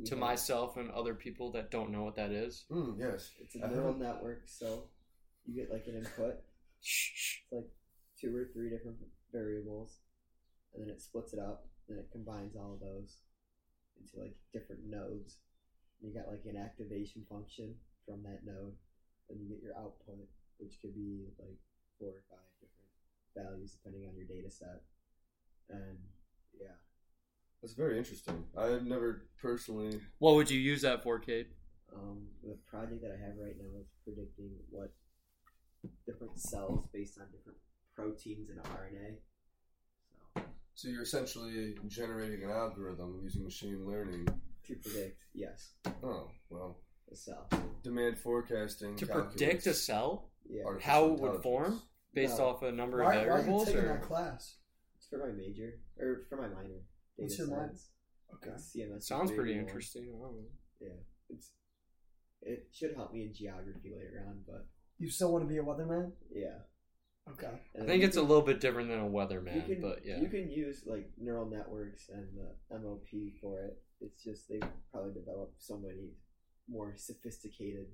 to
yeah,
myself and other people that don't know what that is?
Mm, yes.
it's a neural network, so you get like an input,
Shh, shh.
it's like two or three different variables, and then it splits it up, and it combines all of those into like different nodes. And you got like an activation function from that node, and you get your output, which could be like four or five different values depending on your data set. And yeah.
That's very interesting. I've never personally.
What would you use that for, Kate?
Um, the project that I have right now is predicting what different cells based on different proteins and RNA. So
So you're essentially generating an algorithm using machine learning.
to predict, yes,
Oh well,
the cell.
demand forecasting
To
calculates
predict a cell
Yeah,
artificial
how it would
intelligence.
form based
No.
off a number of
Why, why are you
variables,
taking
or
that class?
it's for my major or for my minor.
What's your minor? Okay.
It's CMS.
sounds
degree
pretty
one.
interesting. I don't know.
It's it should help me in geography later on, but
You still want to be a weatherman?
yeah.
Okay.
I
And
think
you
it's a
can-
little bit different than a
you
weatherman,
can,
but yeah.
you can use like neural networks and the MLP for it. It's just they've probably developed so many more sophisticated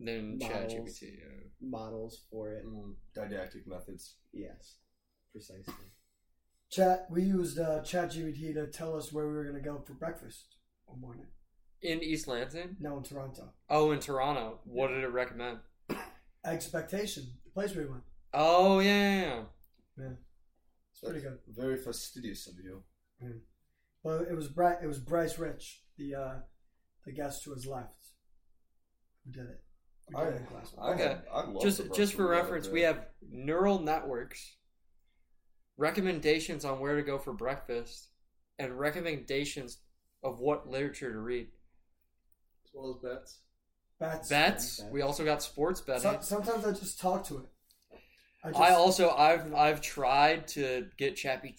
Then Chat
models.
GPT. Yeah.
models for it.
Mm, didactic methods.
Yes, precisely.
Chat. We used uh, ChatGPT to tell us where we were gonna go for breakfast one morning.
In East Lansing?
No, in Toronto.
Oh, in Toronto. What did it recommend?
Expectation. The place we went.
Oh, yeah. yeah, yeah.
It's pretty good. Mm.
Very fastidious of you.
Well, it was Bri- it was Bryce Rich, the uh, the guest to his left, who did it. Who
I,
did the class.
I,
Okay.
had- I love
Just,
the brush
just for
with the
reference,
other
we
bit.
have neural networks, recommendations on where to go for breakfast, and recommendations of what literature to read.
as well as bets.
Bats.
Bets.
Bets.
We also got sports betting.
So- sometimes I just talk to it. I just
I also I've I've tried to get Chappy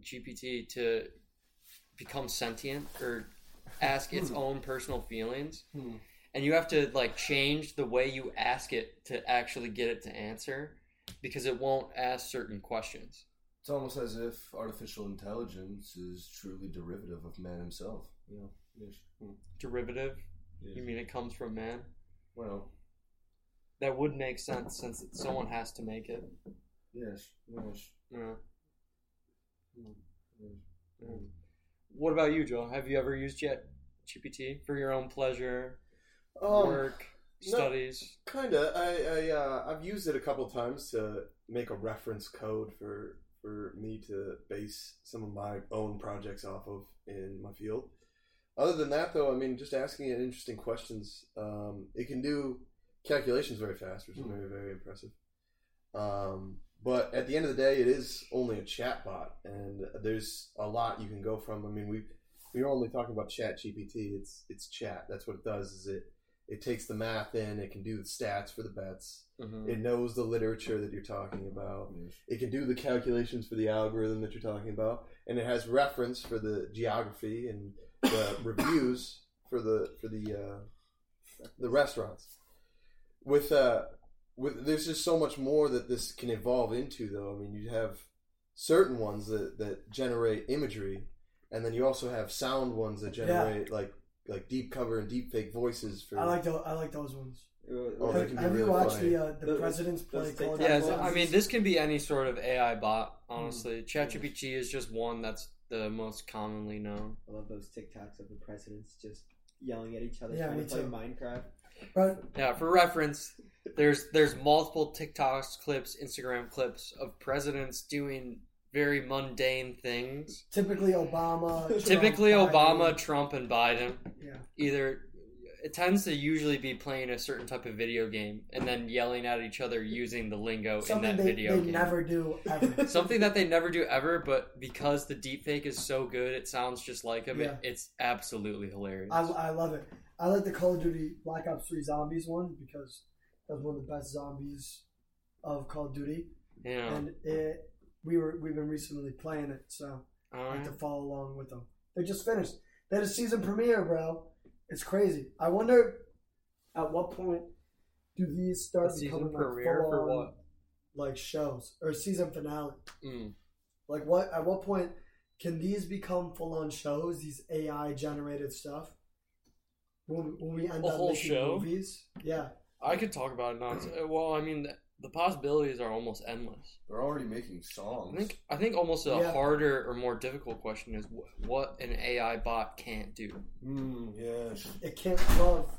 GPT to become sentient or ask
Hmm.
its own personal feelings,
Hmm.
and you have to like change the way you ask it to actually get it to answer because it won't ask certain questions.
It's almost as if artificial intelligence is truly derivative of man himself. Yeah. Yes. Mm.
Derivative? You
Yes.
mean it comes from man?
Well,
That would make sense since someone has to make it.
yes, yes.
Yeah.
yes.
Yeah. What about you, Joel? Have you ever used Chat GPT for your own pleasure,
Oh,
Um,
work,
no.
studies?
kinda. I, I uh, I've used it a couple times to make a reference code for for me to base some of my own projects off of in my field. Other than that, though, I mean, just asking it interesting questions. Um, it can do calculations very fast, which is
Hmm.
very very impressive. Um, but at the end of the day, it is only a chatbot, and there's a lot you can go from. I mean, we we're only talking about Chat GPT. It's it's chat. That's what it does. Is it it takes the math in. It can do the stats for the bets.
Mm-hmm.
It knows the literature that you're talking about.
yes.
It can do the calculations for the algorithm that you're talking about, and it has reference for the geography and the
(coughs)
reviews for the for the uh, the restaurants. With uh, with there's just so much more that this can evolve into, though. I mean, you have certain ones that that generate imagery, and then you also have sound ones that
Yeah.
generate like like deep cover and deep fake voices for
I like those. I like those ones.
Oh, they
have
can be
have you
really
watched
funny.
the uh, the
Those-
President's Play? uh,
those
College
TikTok
Yeah,
Apple
so, I
ones.
mean, this can be any sort of AI bot, honestly. ChatGPT is just one that's the most commonly known.
I love those TikToks of the presidents just yelling at each other
Yeah,
trying to
me
play
too.
Minecraft.
Right.
Yeah, for reference, there's there's multiple TikToks clips, Instagram clips of presidents doing very mundane things.
Typically Obama.
(laughs)
Trump,
Typically Obama,
Biden.
Trump and Biden.
Yeah.
Either it tends to usually be playing a certain type of video game and then yelling at each other using the lingo
Something
in that
they,
video
they
game.
never do ever.
Something that they never do ever, but because the deepfake is so good, it sounds just like him.
Yeah.
It, it's absolutely hilarious.
I, I love it. I like the Call of Duty Black Ops 3 Zombies one because that's one of the best zombies of Call of Duty.
yeah.
And it we were we've been recently playing it, so I
Alright.
like to follow along with them. They just finished. They had a season premiere, bro. It's crazy. I wonder at what point do these
A
start
season
becoming
premiere
like
for
full-on,
what?
like shows or season finale.
Mm.
Like what? At what point can these become full-on shows? These AI-generated stuff. When, when we end
A
up
whole
making
show?
movies, yeah.
I could talk about it now. It's- uh, Well, I mean, the, the possibilities are almost endless.
They're already making
I
songs.
think I think almost a
Yeah.
harder or more difficult question is wh- what an AI bot can't do,
Mm, yes.
It can't love.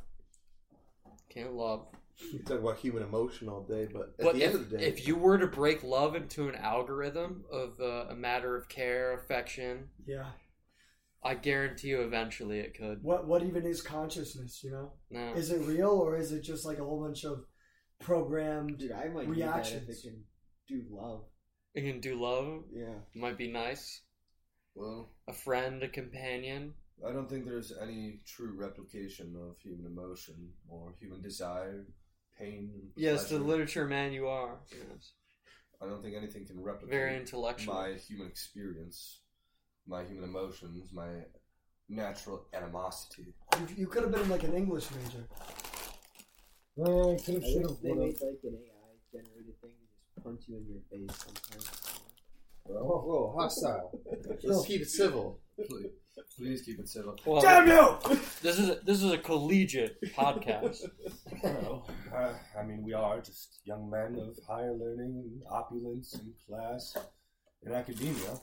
can't love.
We talk about human emotion all day, but at
But
the
if,
end of the day,
if you were to break love into an algorithm of uh, a matter of care, affection,
Yeah.
I guarantee you eventually it could.
What What even is consciousness? You know,
No.
is it real or is it just like a whole bunch of programmed?
Dude, I might Reactions. that if
Reactions.
it can do love.
You can do love.
Yeah.
Might be nice.
Well,
A friend, a companion.
I don't think there's any true replication of human emotion or human desire, pain. and
Yes, the
pleasure.
literature man you are. Yes.
I don't think anything can replicate
Very intellectual.
my human experience, my human emotions, my natural animosity.
You, you could have been like an English major.
No, I could
I
have, should
wish
have,
they
would have.
made like an AI generated thing to just punch you in your face sometimes.
Well,
whoa, hostile. Let's keep it civil.
(laughs) please, please keep it civil. (laughs)
Well,
Damn you!
This is a, this is a collegiate podcast.
Well, uh, I mean, we are just young men of higher learning, opulence, and class, and academia.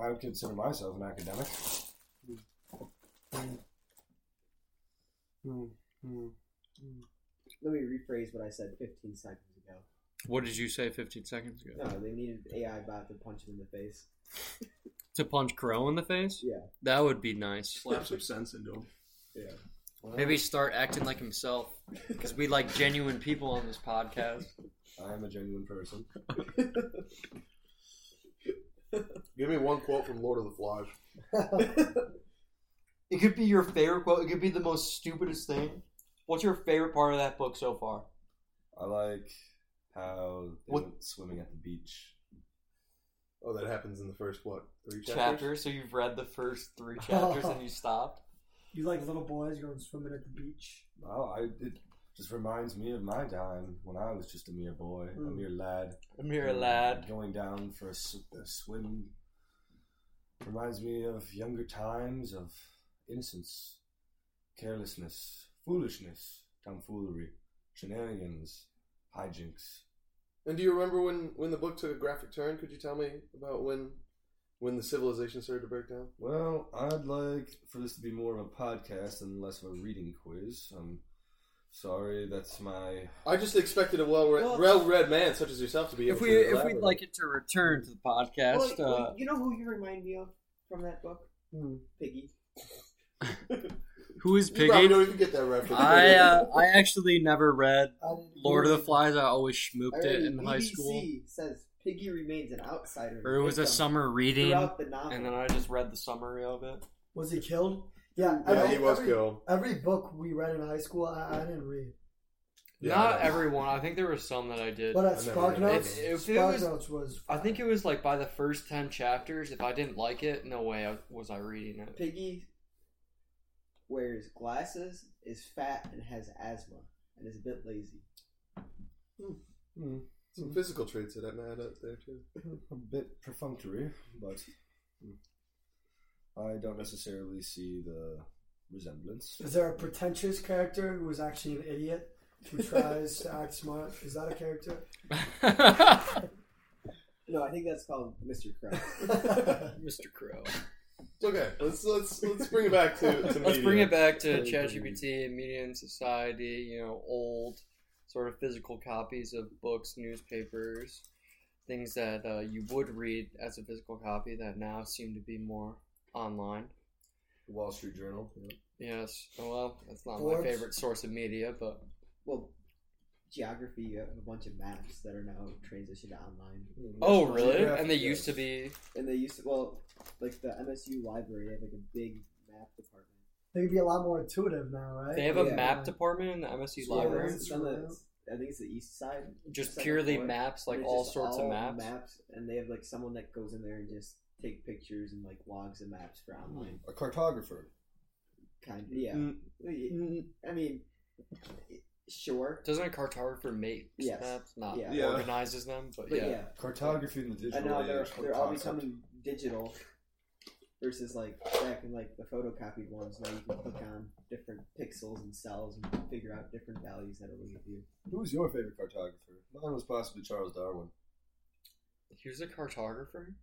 I would consider myself an academic.
Let me rephrase what I said 15 seconds ago.
What did you say 15 seconds ago?
No, they needed AI bot to punch him in the face.
To punch Crow in the face?
Yeah.
That would be nice.
Slap some sense into him.
Maybe start acting like himself because we like genuine people on this podcast.
I am a genuine person.
Give me one quote from Lord of the Flies.
It could be your favorite quote. It could be the most stupidest thing. What's your favorite part of that book so far?
I like how they
What-
went swimming at the beach.
Oh, that happens in the first what three chapters?
Chapter. So you've read the first three chapters (laughs) and you stopped.
You like little boys going swimming at the beach.
Well, I, it just reminds me of my time when I was just a mere boy, a
Hmm.
Mm.
mere lad.
I'm here, lad.
Going down for a, s- a swim reminds me of younger times of innocence, carelessness, foolishness, tomfoolery, shenanigans, hijinks.
And do you remember when when the book took a graphic turn? Could you tell me about when when the civilization started to break down?
Well, I'd like for this to be more of a podcast and less of a reading quiz. I'm sorry, that's my (clears throat)
I just expected a well read,
Well-
well read man such as yourself to be. Able
If
to
we if
elaborate.
we'd like it to return to the podcast, uh,
you know who you remind me of from that book?
Hmm.
Piggy.
who is
you probably
Piggy?
don't even get that
(laughs)
reference.
I uh, I actually never read
I didn't-
Lord of the Flies. I always
I
schmooped
already-
it in high
BBC
school. um,
says Piggy remains an outsider.
Or it was a
victim
summer reading,
throughout the novel.
and then I just read the summary of it.
Was he killed? Yeah,
yeah,
every,
he was
every,
killed.
Every book we read in high school, I, I didn't read.
Yeah,
Not
I know.
everyone. I think there were some that I did.
But at
never
Spark
read
Notes,
it. If- if it
Spark
was-
Notes was.
I think it was like by the first ten chapters. If I didn't like it, no way I, was I reading it.
Piggy wears glasses, is fat, and has asthma, and is a bit lazy.
Some physical traits that I had out there too.
a bit perfunctory, but I don't necessarily see the resemblance.
Is there a pretentious character who is actually an idiot who tries to act smart? Is that a character?
(laughs)
(laughs)
No, I think that's called Mr. Krabs.
Mr. Crow.
okay, let's let's let's bring it back to, to
Let's bring
media.
it back to
Pretty
ChatGPT, media and society, you know, old sort of physical copies of books, newspapers, things that uh, you would read as a physical copy that now seem to be more online.
Wall Street Journal.
Yes, well, that's not
Forbes.
my favorite source of media, but
Well, geography, you have a bunch of maps that are now transitioned to online.
oh,
National
really?
Geographic,
And they
yes.
used to be
And they used to, well, like the MSU library, they have like a big map department.
They would be a lot more intuitive now, right?
They have a
Yeah.
map department in the MSU
Yeah.
library.
It's on the, I think it's the east side.
Just
Second
purely
floor.
maps, like
There's
all
just
sorts
all
of maps.
and they have like someone that goes in there and just take pictures and like logs the maps for online.
A cartographer.
Kind of, yeah.
Mm.
I mean, sure,
Doesn't a cartographer make
Yes.
maps? Not
Yeah.
Yeah.
organizes them, but,
but
yeah.
yeah,
Cartography in the digital
and now they're
age.
they're all becoming digital versus like back in like the photocopied ones. Now you can click on different pixels and cells and figure out different values that it will give you.
Who was your favorite cartographer? Mine was possibly Charles Darwin.
He was a cartographer.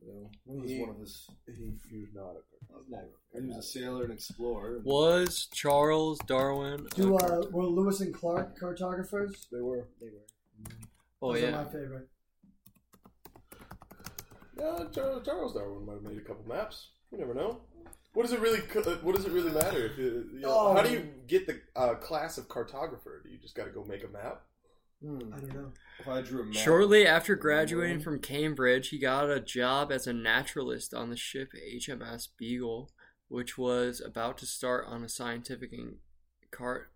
You know, he was
He-
one of his. He, he was not a
It's not-
cartographer. He was a sailor and explorer.
Was Charles Darwin?
Do uh, were Lewis and Clark cartographers?
They were.
They were
oh
Those are
yeah.
my favorite.
Yeah, Charles, Charles Darwin might have made a couple maps. You never know. What does it really? co- What does it really matter? If you, you know,
Oh.
How do you get the uh, class of cartographer? Do you just got to go make a map?
Hmm.
I don't know.
If I drew a map.
Shortly after graduating from Cambridge, he got a job as a naturalist on the ship HMS Beagle, which was about to start on a scientific and cart-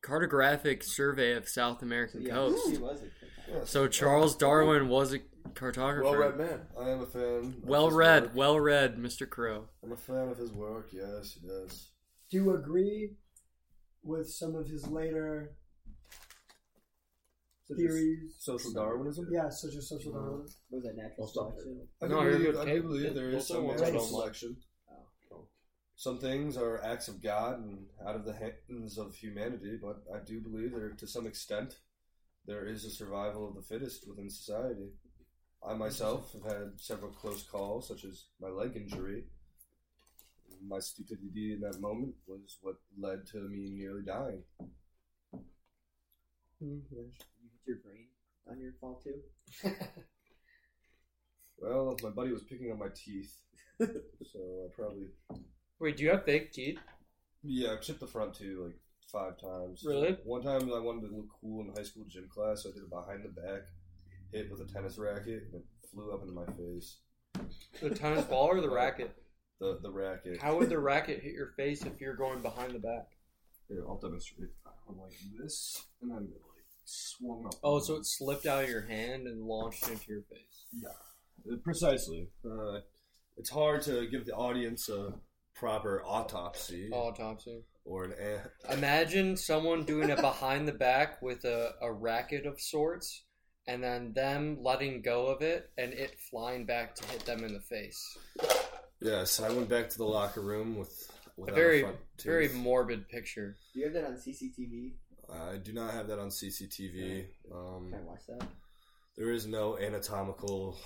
cartographic survey of South American
yeah,
coast.
He was a
Yes.
So Charles Darwin was a cartographer.
Well-read man.
I am a fan. of
Well
his
read,
work.
well read, Mr. Crow.
I'm a fan of his work. Yes, he does.
Do you agree with some of his later theories?
Social Darwinism.
Yeah, such as social Darwinism.
was that natural
stop
selection?
I
No, you're
believe,
good.
I believe there is
Also
some
ones
I
natural
don't
like.
selection.
Oh.
Some things are acts of God and out of the hands of humanity, but I do believe there, to some extent, there is a survival of the fittest within society. I myself have had several close calls, such as my leg injury. My stupidity in that moment was what led to me nearly dying.
Mm-hmm.
You hit your brain on your fall too.
Well, my buddy was picking on my teeth, (laughs) so I probably
Wait, do you have fake teeth?
Yeah, I've chipped the front too, like five times.
Really?
One time I wanted to look cool in high school gym class, so I did a behind the back hit with a tennis racket and it flew up into my face.
The tennis ball or the racket?
The the racket.
How
(laughs)
would the racket hit your face if you're going behind the back?
Here, I'll demonstrate. I went like this, and then it like swung up.
Oh, so it slipped out of your hand and launched into your face.
Uh, precisely. Uh, it's hard to give the audience a proper autopsy
Oh. Autopsy.
or an. a-
Imagine someone doing it behind the back with a, a racket of sorts, and then them letting go of it and it flying back to hit them in the face.
Yes, I went back to the locker room with. without
very-
front
It's a very
tooth.
morbid picture.
Do you have that on CCTV?
I do not have that on CCTV. Um,
Can I watch that?
There is no anatomical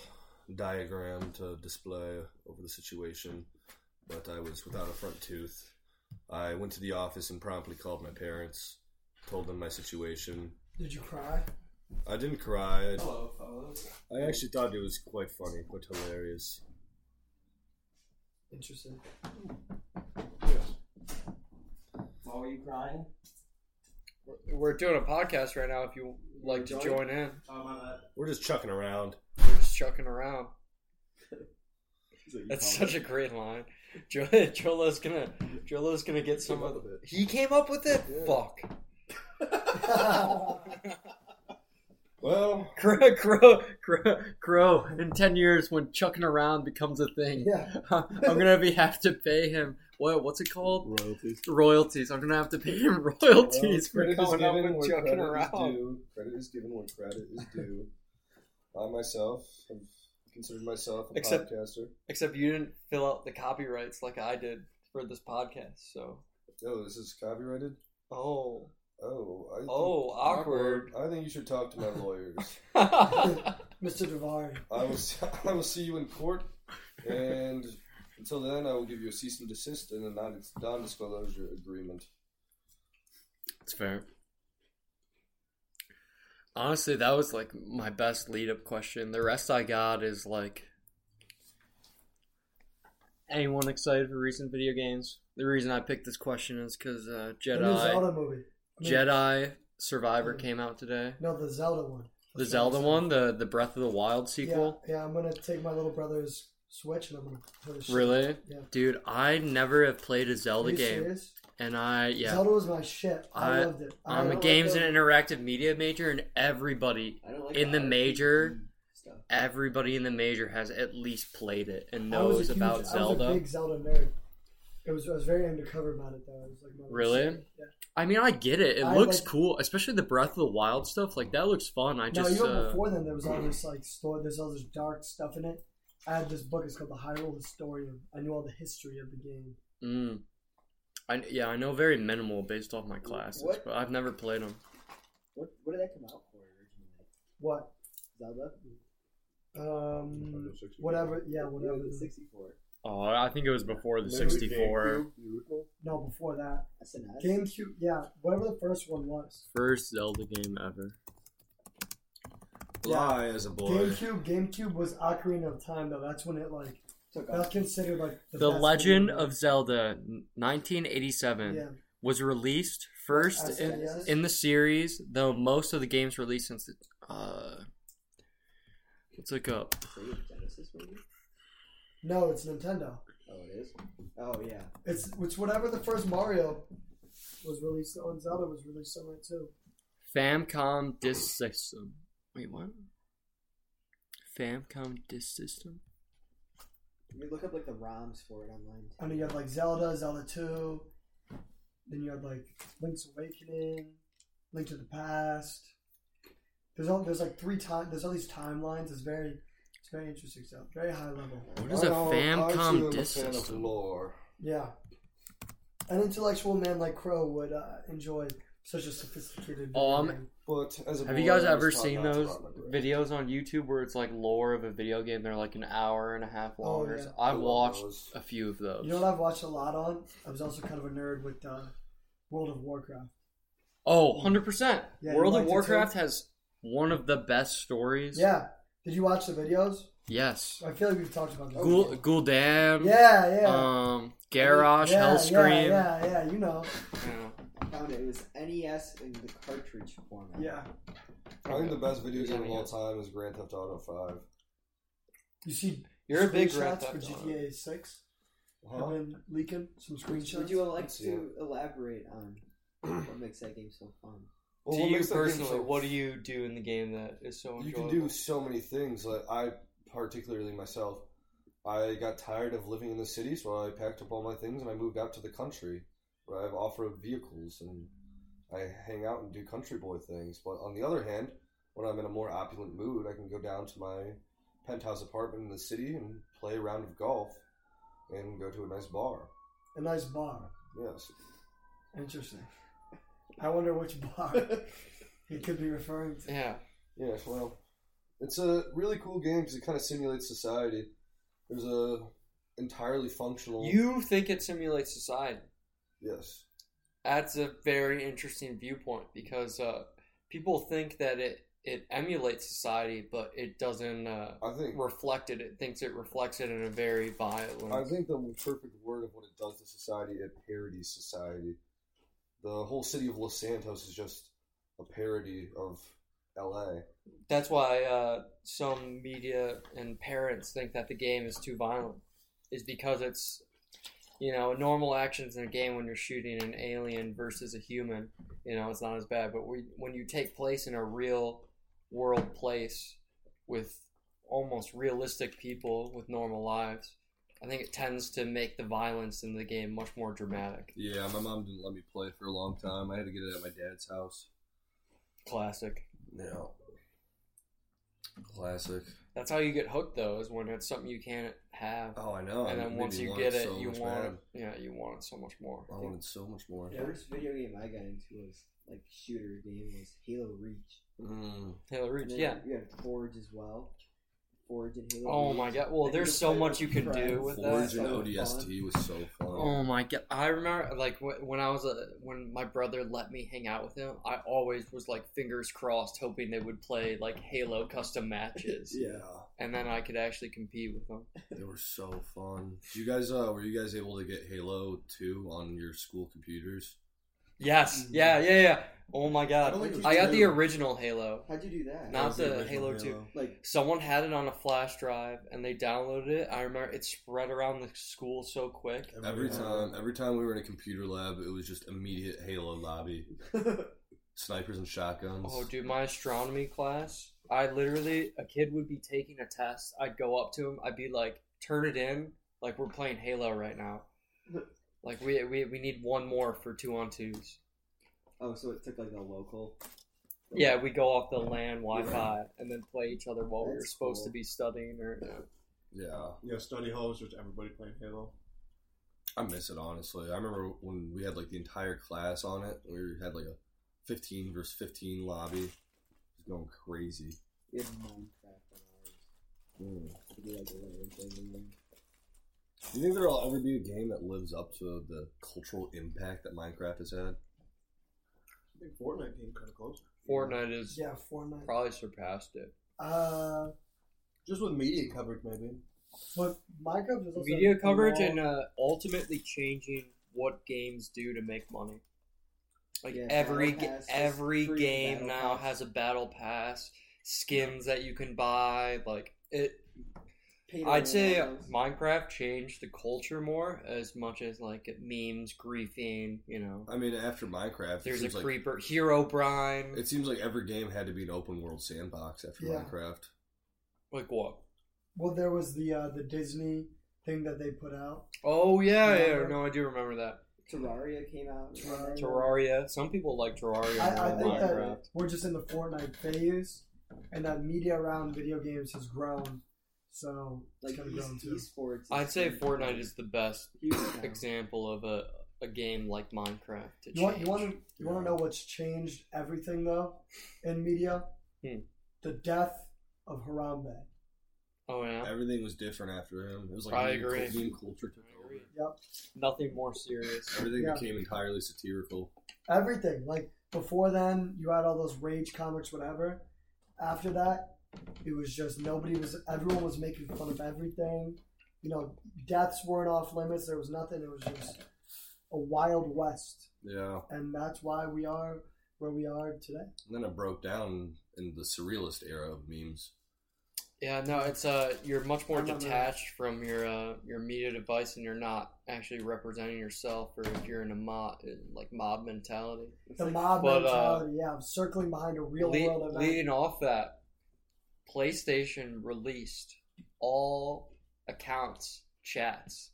diagram to display over the situation, but I was without a front tooth. I went to the office and promptly called my parents, told them my situation.
Did you cry?
I didn't cry. I,
Hello, fellas.
I actually thought it was quite funny, quite hilarious.
Interesting.
Why were you
(laughs)
crying?
We're- We're doing a podcast right now if you like to join in.
Oh, my bad.
We're just chucking around.
We're just chucking around.
That's what you
That's
call
such a great line. (laughs) Jo- Jolo's gonna Jolo's gonna get some of the, He came up with it?
Yeah.
Fuck.
Well,
(laughs) Crow, crow, crow, crow. In ten years, when chucking around becomes a thing,
Yeah.
(laughs) I'm gonna be have to pay him. What? What's it called?
Royalties.
Royalties. I'm gonna have to pay him (laughs)
Well,
royalties for
credit is
coming up
given
and
where
chucking
credit is
around.
due. Credit is given where credit is due. I myself have considered myself a
Except-
podcaster.
Except you didn't fill out the copyrights like I did for this podcast. So,
Oh, this is copyrighted?
(laughs) oh,
Oh, I think-
oh, awkward.
I think you should talk to my lawyers.
Mr. Davari.
I will. s- I will see you in court, and Until then, I will give you a cease and desist and a non- non-disclosure agreement.
It's fair. Honestly, that was like my best lead up question. The rest I got is like anyone excited for recent video games? The reason I picked this question is because uh,
The new
Jedi
Zelda movie. I mean,
Jedi Survivor
Mm.
came out today.
No, the Zelda one.
The
That's what I'm
Zelda
saying.
one, the the Breath of the Wild sequel.
Yeah, yeah, I'm gonna take my little brother's Switch and I'm gonna play this shit.
Really,
Yeah.
dude, I never have played a
Are
Zelda
you
game,
serious?
and I yeah,
Zelda was my shit. I,
I-
loved it. I
I'm a
don't
games
like
and
those.
interactive media major, and everybody
I don't like
In the
RPG
major-
stuff.
everybody in the major has at least played it and
I was a
knows
huge-
about Zelda.
I
I,
was a big Zelda nerd. It was, I was very undercover about it though. I was like, my little
Really?
secret. Yeah.
mean, I get it. It
I
looks
like-
cool, especially the Breath of the Wild stuff. Like that looks fun. I just
no, even
uh,
before then, there was all this like story. There's all this dark stuff in it. I had this book. It's called The Hyrule Historian. I knew all the history of the game.
mm, I yeah, I know very minimal based off my classes,
What?
but I've never played them.
What what did that come out for originally?
What?
Zelda?
Mm,
Um, whatever. Yeah, whatever.
The 64.
Oh, I think it was before the 64
No, before that,
SNES.
GameCube. Yeah, whatever the first one was.
first Zelda game ever.
Yeah.
Lie as a boy.
GameCube. GameCube was Ocarina of Time though. That's when it like
Took
that's
off.
considered like
The,
best
Legend
video
of Zelda 1987
game. Yeah.
was released first in,
SNES.
in the series, though most of the games released since the, uh let's look up.
Sega Genesis maybe?
No, it's Nintendo.
Oh, it is? Oh, yeah.
It's it's whatever the first Mario was released on Zelda was released on it too.
Famcom Disk System. Wait, what? Famcom Disk System?
Let me look up like the ROMs for it online.
I mean, you had like Zelda, Zelda Two, then you had like Link's Awakening, Link to the Past. There's all there's like three time there's all these timelines. It's very it's very interesting stuff. Very high level.
What is a Famcom Disk
fan of
System?
lore.
Yeah, an intellectual man like Crow would uh, enjoy such a sophisticated. video
Um,
game.
But as a
Have
boy,
you guys
I was
ever
taught
seen
not to
those
rock my grave.
videos on YouTube where it's like lore of a video game? They're like an hour and a half long.
Oh,
or
yeah.
so. I've
love
watched
those.
a few of those.
you know what I've watched a lot on. I was also kind of a nerd with uh, World of Warcraft.
oh, 100%.
Yeah, you
World
liked
of
it too?
Warcraft has one of the best stories.
Yeah. Did you watch the videos?
Yes.
I feel like we've talked about this.
Gul- Gul'dan.
Yeah, yeah.
Um, Garrosh,
yeah,
Hellscream.
Yeah, yeah, yeah, you know.
I found it. It was NES in the cartridge format.
Yeah.
I think the best video game of
Yeah,
all time is Grand Theft Auto Five.
You see
You're a big Grand
screenshots
Theft
for
Auto.
GTA 6.
Huh?
I've been leaking some screenshots.
Would you like
Let's see
to elaborate on what makes that game so fun?
Well,
to
what
you
makes that game
personally,
so
what do you do in the game that is so
you
enjoyable?
can do so many things. Like I, particularly myself, I got tired of living in the city, so I packed up all my things and I moved out to the country, where I have off-road vehicles and I hang out and do country boy things. But on the other hand, when I'm in a more opulent mood, I can go down to my penthouse apartment in the city and play a round of golf and go to a nice bar.
A nice bar.
Yes,
Interesting. I wonder which bar he could be referring to.
Yeah.
Yes, well, it's a really cool game because it kind of simulates society. There's a entirely functional.
You think it simulates society.
Yes.
That's a very interesting viewpoint because uh, people think that it, it emulates society, but it doesn't uh,
I think
reflect it. It thinks it reflects it in a very violent.
I think the perfect word of what it does to society, it parodies society. The whole city of Los Santos is just a parody of L.A.
That's why uh, some media and parents think that the game is too violent, is because it's, you know, normal actions in a game when you're shooting an alien versus a human, you know, it's not as bad. But we, when you take place in a real world place with almost realistic people with normal lives, I think it tends to make the violence in the game much more dramatic.
Yeah, my mom didn't let me play for a long time. I had to get it at my dad's house.
Classic.
Yeah. Classic.
That's how you get hooked, though, is when it's something you can't have.
Oh, I know.
and
It
then
made
once
me
you
want
get it,
so
you
much
want
bad.
it. Yeah, you want it so much more.
I wanted so much more.
The first video game I got into was like shooter game was Halo Reach.
Mm.
Halo
And
Reach,
then
yeah.
You had Forge as well. Forge and Halo.
Oh my god! Well,
Like,
there's
just
so
play
much you
with
can do
friends.
with that.
Forge and
so
ODST was so fun.
Oh my god! I remember like wh- when I was a when my brother let me hang out with him. I always was like fingers crossed, hoping they would play like Halo custom matches,
Yeah,
and then I could actually compete with them.
they were so fun. Did you guys, uh, were you guys able to get Halo Two on your school computers?
Yes.
Mm-hmm.
Yeah. Yeah. Yeah. Oh my god!
think it was
I got
two.
the original Halo.
How'd you do that?
Not
That was
the
original
Halo 2.
Like,
Someone had it on a flash drive, and they downloaded it. I remember it spread around the school so quick.
Every time, every time we were in a computer lab, it was just immediate
(laughs)
Halo lobby, snipers and shotguns.
Oh, dude, my astronomy class. I literally, a kid would be taking a test. I'd go up to him. I'd be like, turn it in. Like, we're playing Halo right now.
(laughs)
Like, we, we, we need one more for two on twos.
oh, so it took like a local.
Yeah, we go off the LAN Wi Fi and then play each other while we were
That's
supposed
cool.
to be studying. Or
Yeah,
Yeah, study hall was just everybody playing Halo.
I miss it honestly. I remember when we had like the entire class on it. We had like a fifteen versus fifteen lobby. It was going crazy.
We had Minecraft on ours.
Mm.
We did like a little thing in there.
Do you think there'll ever be a game that lives up to the cultural impact that Minecraft has had?
I think Fortnite came kind of close.
Fortnite has
Yeah, Fortnite.
probably surpassed it.
Uh,
Just with media coverage, maybe.
but Minecraft is also
Video coverage
long-
and uh, ultimately changing what games do to make money. Like
Yeah,
every
battle
ga-
pass is
every
free
game
battle
now
pass.
has a battle pass, skins that you can buy. Like it,
Paid
I'd
around
say
all those.
Minecraft changed the culture more as much as like memes, griefing. You know,
I mean, after Minecraft, Uh, it
there's a
seems like
creeper, hero brine.
it seems like every game had to be an open world sandbox after
Yeah.
Minecraft.
like what?
Well, there was the uh, the Disney thing that they put out.
Oh yeah, yeah.
Remember?
No, I do remember that.
Terraria came out.
Terraria.
Terraria. Some people like Terraria.
I, I
more than
think
Minecraft.
that we're just in the Fortnite phase, and that media around video games has grown. So
Like
it's kind of grown
e-
too.
esports. is
I'd say
huge
Fortnite
now.
is the best
huge. now.
example of a, a game like Minecraft to
You want
change.
you want to you want to know what's changed everything though in media?
Hmm.
The death of Harambe.
oh yeah,
Everything was different after him. It was like
I
meme cul-
agree.
meme culture took
I
over.
agree.
Yep.
nothing more serious.
Everything
Yeah.
became entirely satirical.
Everything like before then, you had all those rage comics, whatever. After that, it was just nobody was everyone was making fun of everything. You know, deaths weren't off limits. There was nothing. It was just a wild west,
Yeah.
and that's why we are where we are today.
And then it broke down in the surrealist era of memes.
Yeah, no, it's uh, you're much more
I remember
detached from your uh, your media device, and you're not actually representing yourself, or if you're in a mob like mob mentality.
It's
The
like-
mob
But, uh,
mentality, yeah, circling behind a real
Le-
world event.
leading off that, PlayStation released all accounts chats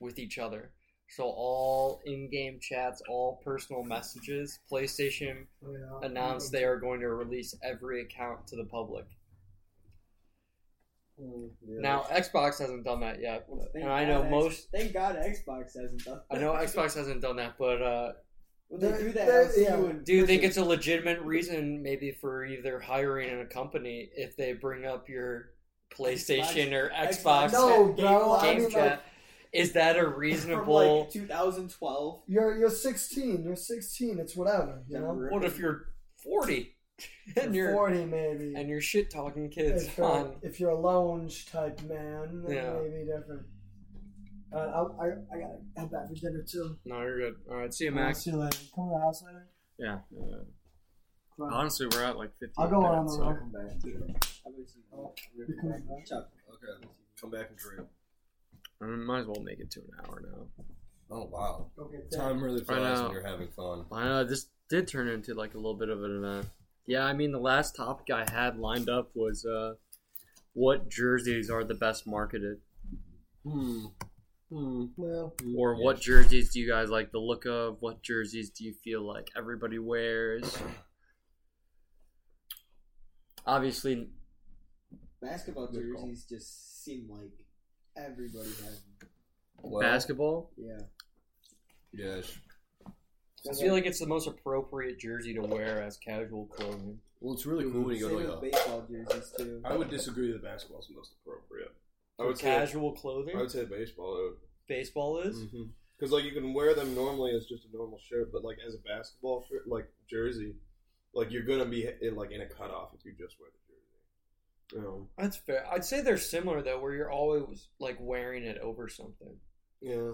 with each other. So all in-game chats, all personal messages, PlayStation
Oh, Yeah.
announced
Mm-hmm.
they are going to release every account to the public.
Mm-hmm.
Mm, yeah.
Now Xbox hasn't done that yet,
Well, thank
and I know
God X-
most.
Thank God Xbox hasn't done.
(laughs)
I know Xbox hasn't done that, but uh,
When they
They're-
do that,
they're-
I'll see
yeah.
you in
do you think
prison.
it's a legitimate reason, maybe for either hiring in a company if they bring up your PlayStation or Xbox
Xbox.
No,
game,
bro, I
game
mean,
chat?
like-
Is that a
from
reasonable?
(laughs)
like 2012?
You're you're 16. You're 16. It's whatever. You know,
what if you're forty (laughs) and
you're
you're
40 maybe.
and you're shit talking kids
if
on?
you're, if you're a lounge type man, then
Yeah.
maybe different. Uh, I, I, I gotta head back for dinner too.
No, you're good. All right, see you,
I'll
Max.
see you later. Come to the house later.
Yeah.
Come on.
Honestly, we're at like 15
I'll go on
minutes,
the
so-
road.
You're coming back. Chuck,
Okay. Come back and drink.
I mean, might as well make it to an hour now.
Oh wow.
Okay,
Time really flies
know.
when you're having fun.
I know uh, this did turn into like a little bit of an event. Yeah, I mean the last topic I had lined up was uh, what jerseys are the best marketed,
Hmm. Hmm. Well.
or what jerseys do you guys like the look of? What jerseys do you feel like everybody wears? Obviously,
basketball jerseys just seem like everybody has. them.
Well,
basketball.
Yeah,
Yeah. sh-
I feel like it's the most appropriate jersey to wear as casual clothing.
Well, it's really
Dude,
cool when you go
same
to like
with baseball jerseys too.
I would disagree that basketball's the most appropriate. I
For
would say
casual clothing,
I would Hmm. say baseball.
baseball is.
Mm-hmm.
Because like you can wear them normally as just a normal shirt, but like as a basketball shirt, like jersey, like you're gonna be in, like in a cutoff if you just wear the jersey. Um,
That's fair. I'd say they're similar though, where you're always like wearing it over something.
yeah,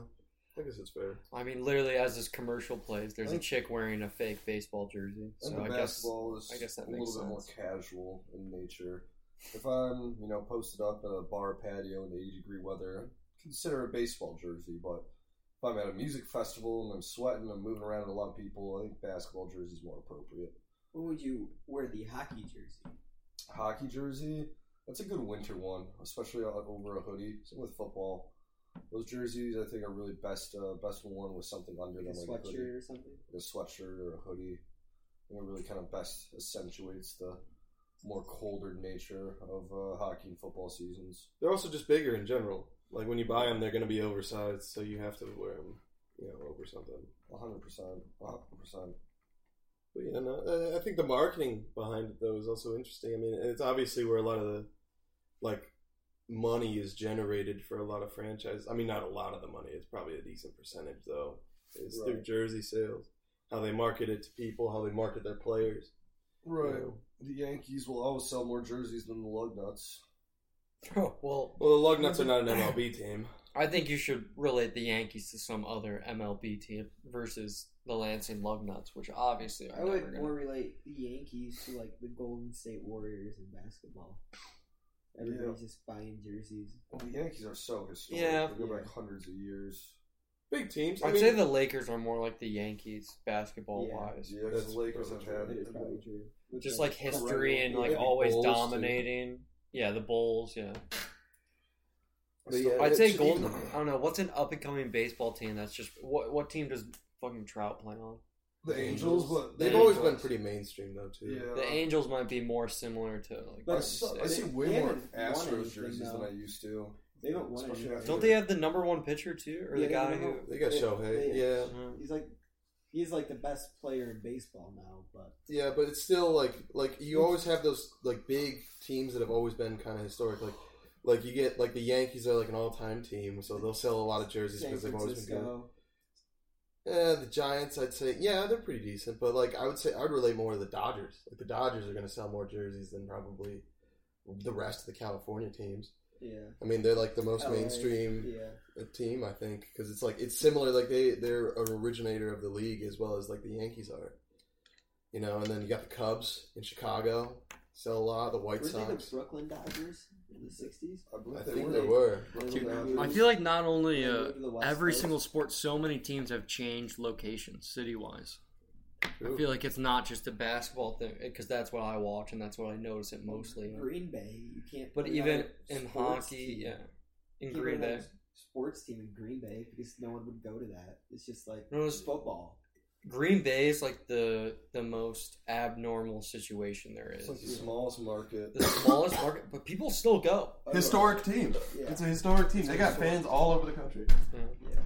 I guess it's fair.
I mean, literally, as this commercial plays, there's a
Like-
chick wearing a fake baseball jersey.
I think
So I
the
guess
basketball is
I guess that
a
makes
little bit more
sense.
casual in nature. If I'm, you know, posted up at a bar patio in 80 degree weather, I'd consider a baseball jersey. But if I'm at a music festival and I'm sweating, I'm moving around with a lot of people, I think basketball jersey is more appropriate.
What would you wear the hockey jersey?
Hockey jersey, that's a good winter one, especially o- over a hoodie. Same with football. Those jerseys, I think, are really best uh, best worn with something under
Like
them,
a
like a hoodie.
sweatshirt or something?
a sweatshirt or a hoodie. I think it really kind of best accentuates the more colder nature of uh, hockey and football seasons.
They're also just bigger in general. Like when you buy them, they're gonna be oversized, so you have to wear them, you know, over something.
100%. 100%.
But yeah, no, I- I think the marketing behind it though is also interesting. I mean, it's obviously where a lot of the like money is generated for a lot of franchises. I mean, not a lot of the money. It's probably a decent percentage though. Is through
Right.
jersey sales, how they market it to people, how they market their players. you
Right.
know.
The Yankees will always sell more jerseys than the Lugnuts.
(laughs) Oh, well,
Well, the Lugnuts are not an MLB team.
I think you should relate the Yankees to some other MLB team versus the Lansing Lugnuts, which obviously are
I
never
would
gonna.
more relate the Yankees to like the Golden State Warriors in basketball. Everybody's just buying jerseys.
Well, the Yankees are so historic.
Yeah.
They go back
Yeah.
hundreds of years.
Big teams. I
I'd
mean,
say the Lakers are more like the Yankees basketball
Yeah.
wise,
Yeah, 'cause
That's
the Lakers have
probably
had
It is
it.
probably true. With
just
the-
like history and like
Maybe
always
Bulls, too.
dominating. Yeah, the Bulls. Yeah,
But yeah,
I'd say
it's-
Golden. I don't know what's an up and coming baseball team that's just what what team does fucking Trout play on?
The Angels, but
They've
they-
always been pretty mainstream though too.
Yeah.
Uh,
The Angels might be more similar to like.
I,
the
saw- I
Sixers.
see
They
way more
haven't won
Astros
anything,
jerseys than
though.
I used to.
They don't want
Especially
anything.
after-
Don't they have the number one pitcher too, or
Yeah,
the guy
they
who?
don't.
They got
Yeah,
Shohei.
yeah.
Yeah.
Uh,
He's like he's like the best player in baseball now, but
Yeah, but it's still like like you always have those like big teams that have always been kind of historic. Like like you get like the Yankees are like an all time team, so they'll sell a lot of jerseys
San
because they've always been good.
Francisco.
Yeah, the Giants, I'd say, yeah, they're pretty decent, but like I would say I'd relate more to the Dodgers. Like the Dodgers are going to sell more jerseys than probably the rest of the California teams.
Yeah.
I mean, they're like the most
LA,
mainstream
Yeah.
uh team, I think, because it's like it's similar. Like they they're an originator of the league as well as like the Yankees are. You know, and then you got the Cubs in Chicago sell a lot. The White
Were they the
Sox,
Brooklyn Dodgers in the sixties?
I believe
I
they
think
were.
they were.
I feel like not only
They
uh,
moved to the West
every
Coast.
single sport, so many teams have changed locations city wise. I
True.
feel like it's not just a basketball thing because that's what I watch and that's what I notice it mostly.
Green Bay. You can't.
But
put out
even
a
in
sports
hockey,
team.
yeah, in
You can't
Green
put out
Bay,
a sports team in Green Bay because no one would go to that. It's just like
No, it's-
football.
Green Bay is like the the most abnormal situation there
It's
is.
like the smallest market.
the smallest market, but people still go.
historic team.
Yeah.
It's a historic team. They got fans all over the country.
Yeah.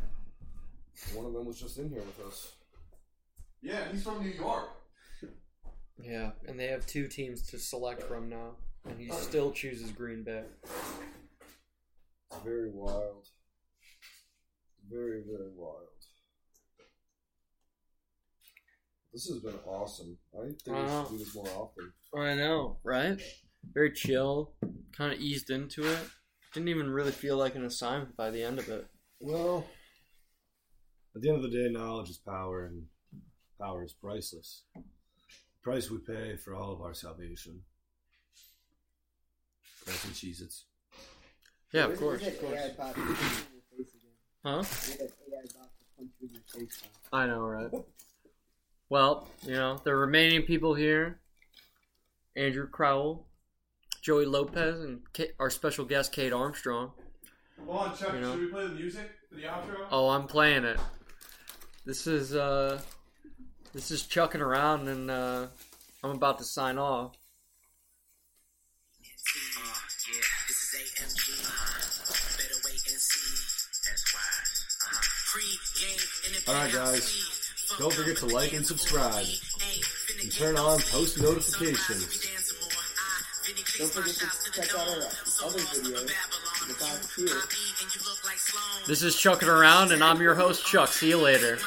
One of them was just in here with us.
Yeah, he's from New York.
Yeah, and they have two teams to select from now, and he still chooses Green Bay.
It's very wild. Very, very wild. This has been awesome. I think we
Wow.
should do this more often.
Oh, I know, right? Very chill, kind of eased into it. Didn't even really feel like an assignment by the end of it.
Well,
At the end of the day, knowledge is power, and power is priceless. The price we pay for all of our salvation. Price and Cheez-Its.
Yeah, of course.
Where's- where's that AI bot that punch you in your face again?
Huh?
Where's that AI bot that punch you in your face now?
I know, right? Well, you know, the remaining people here Andrew Crowell, Joey Lopez, and Kate, our special guest, Kate Armstrong.
Hold on, Chuck.
You know?
Should we play the music for the outro?
Oh, I'm playing it. This is, uh, this is chucking around, and, uh, I'm about to sign off.
This is AMG. Better wait and see. That's why. Uh-huh. Pre-game in the
All right,
penthouse
guys.
suite.
Don't forget to like and subscribe. And turn on post notifications.
Don't forget to check out our other videos. The box here.
This is Chucking Around, and I'm your host, Chuck. See you later.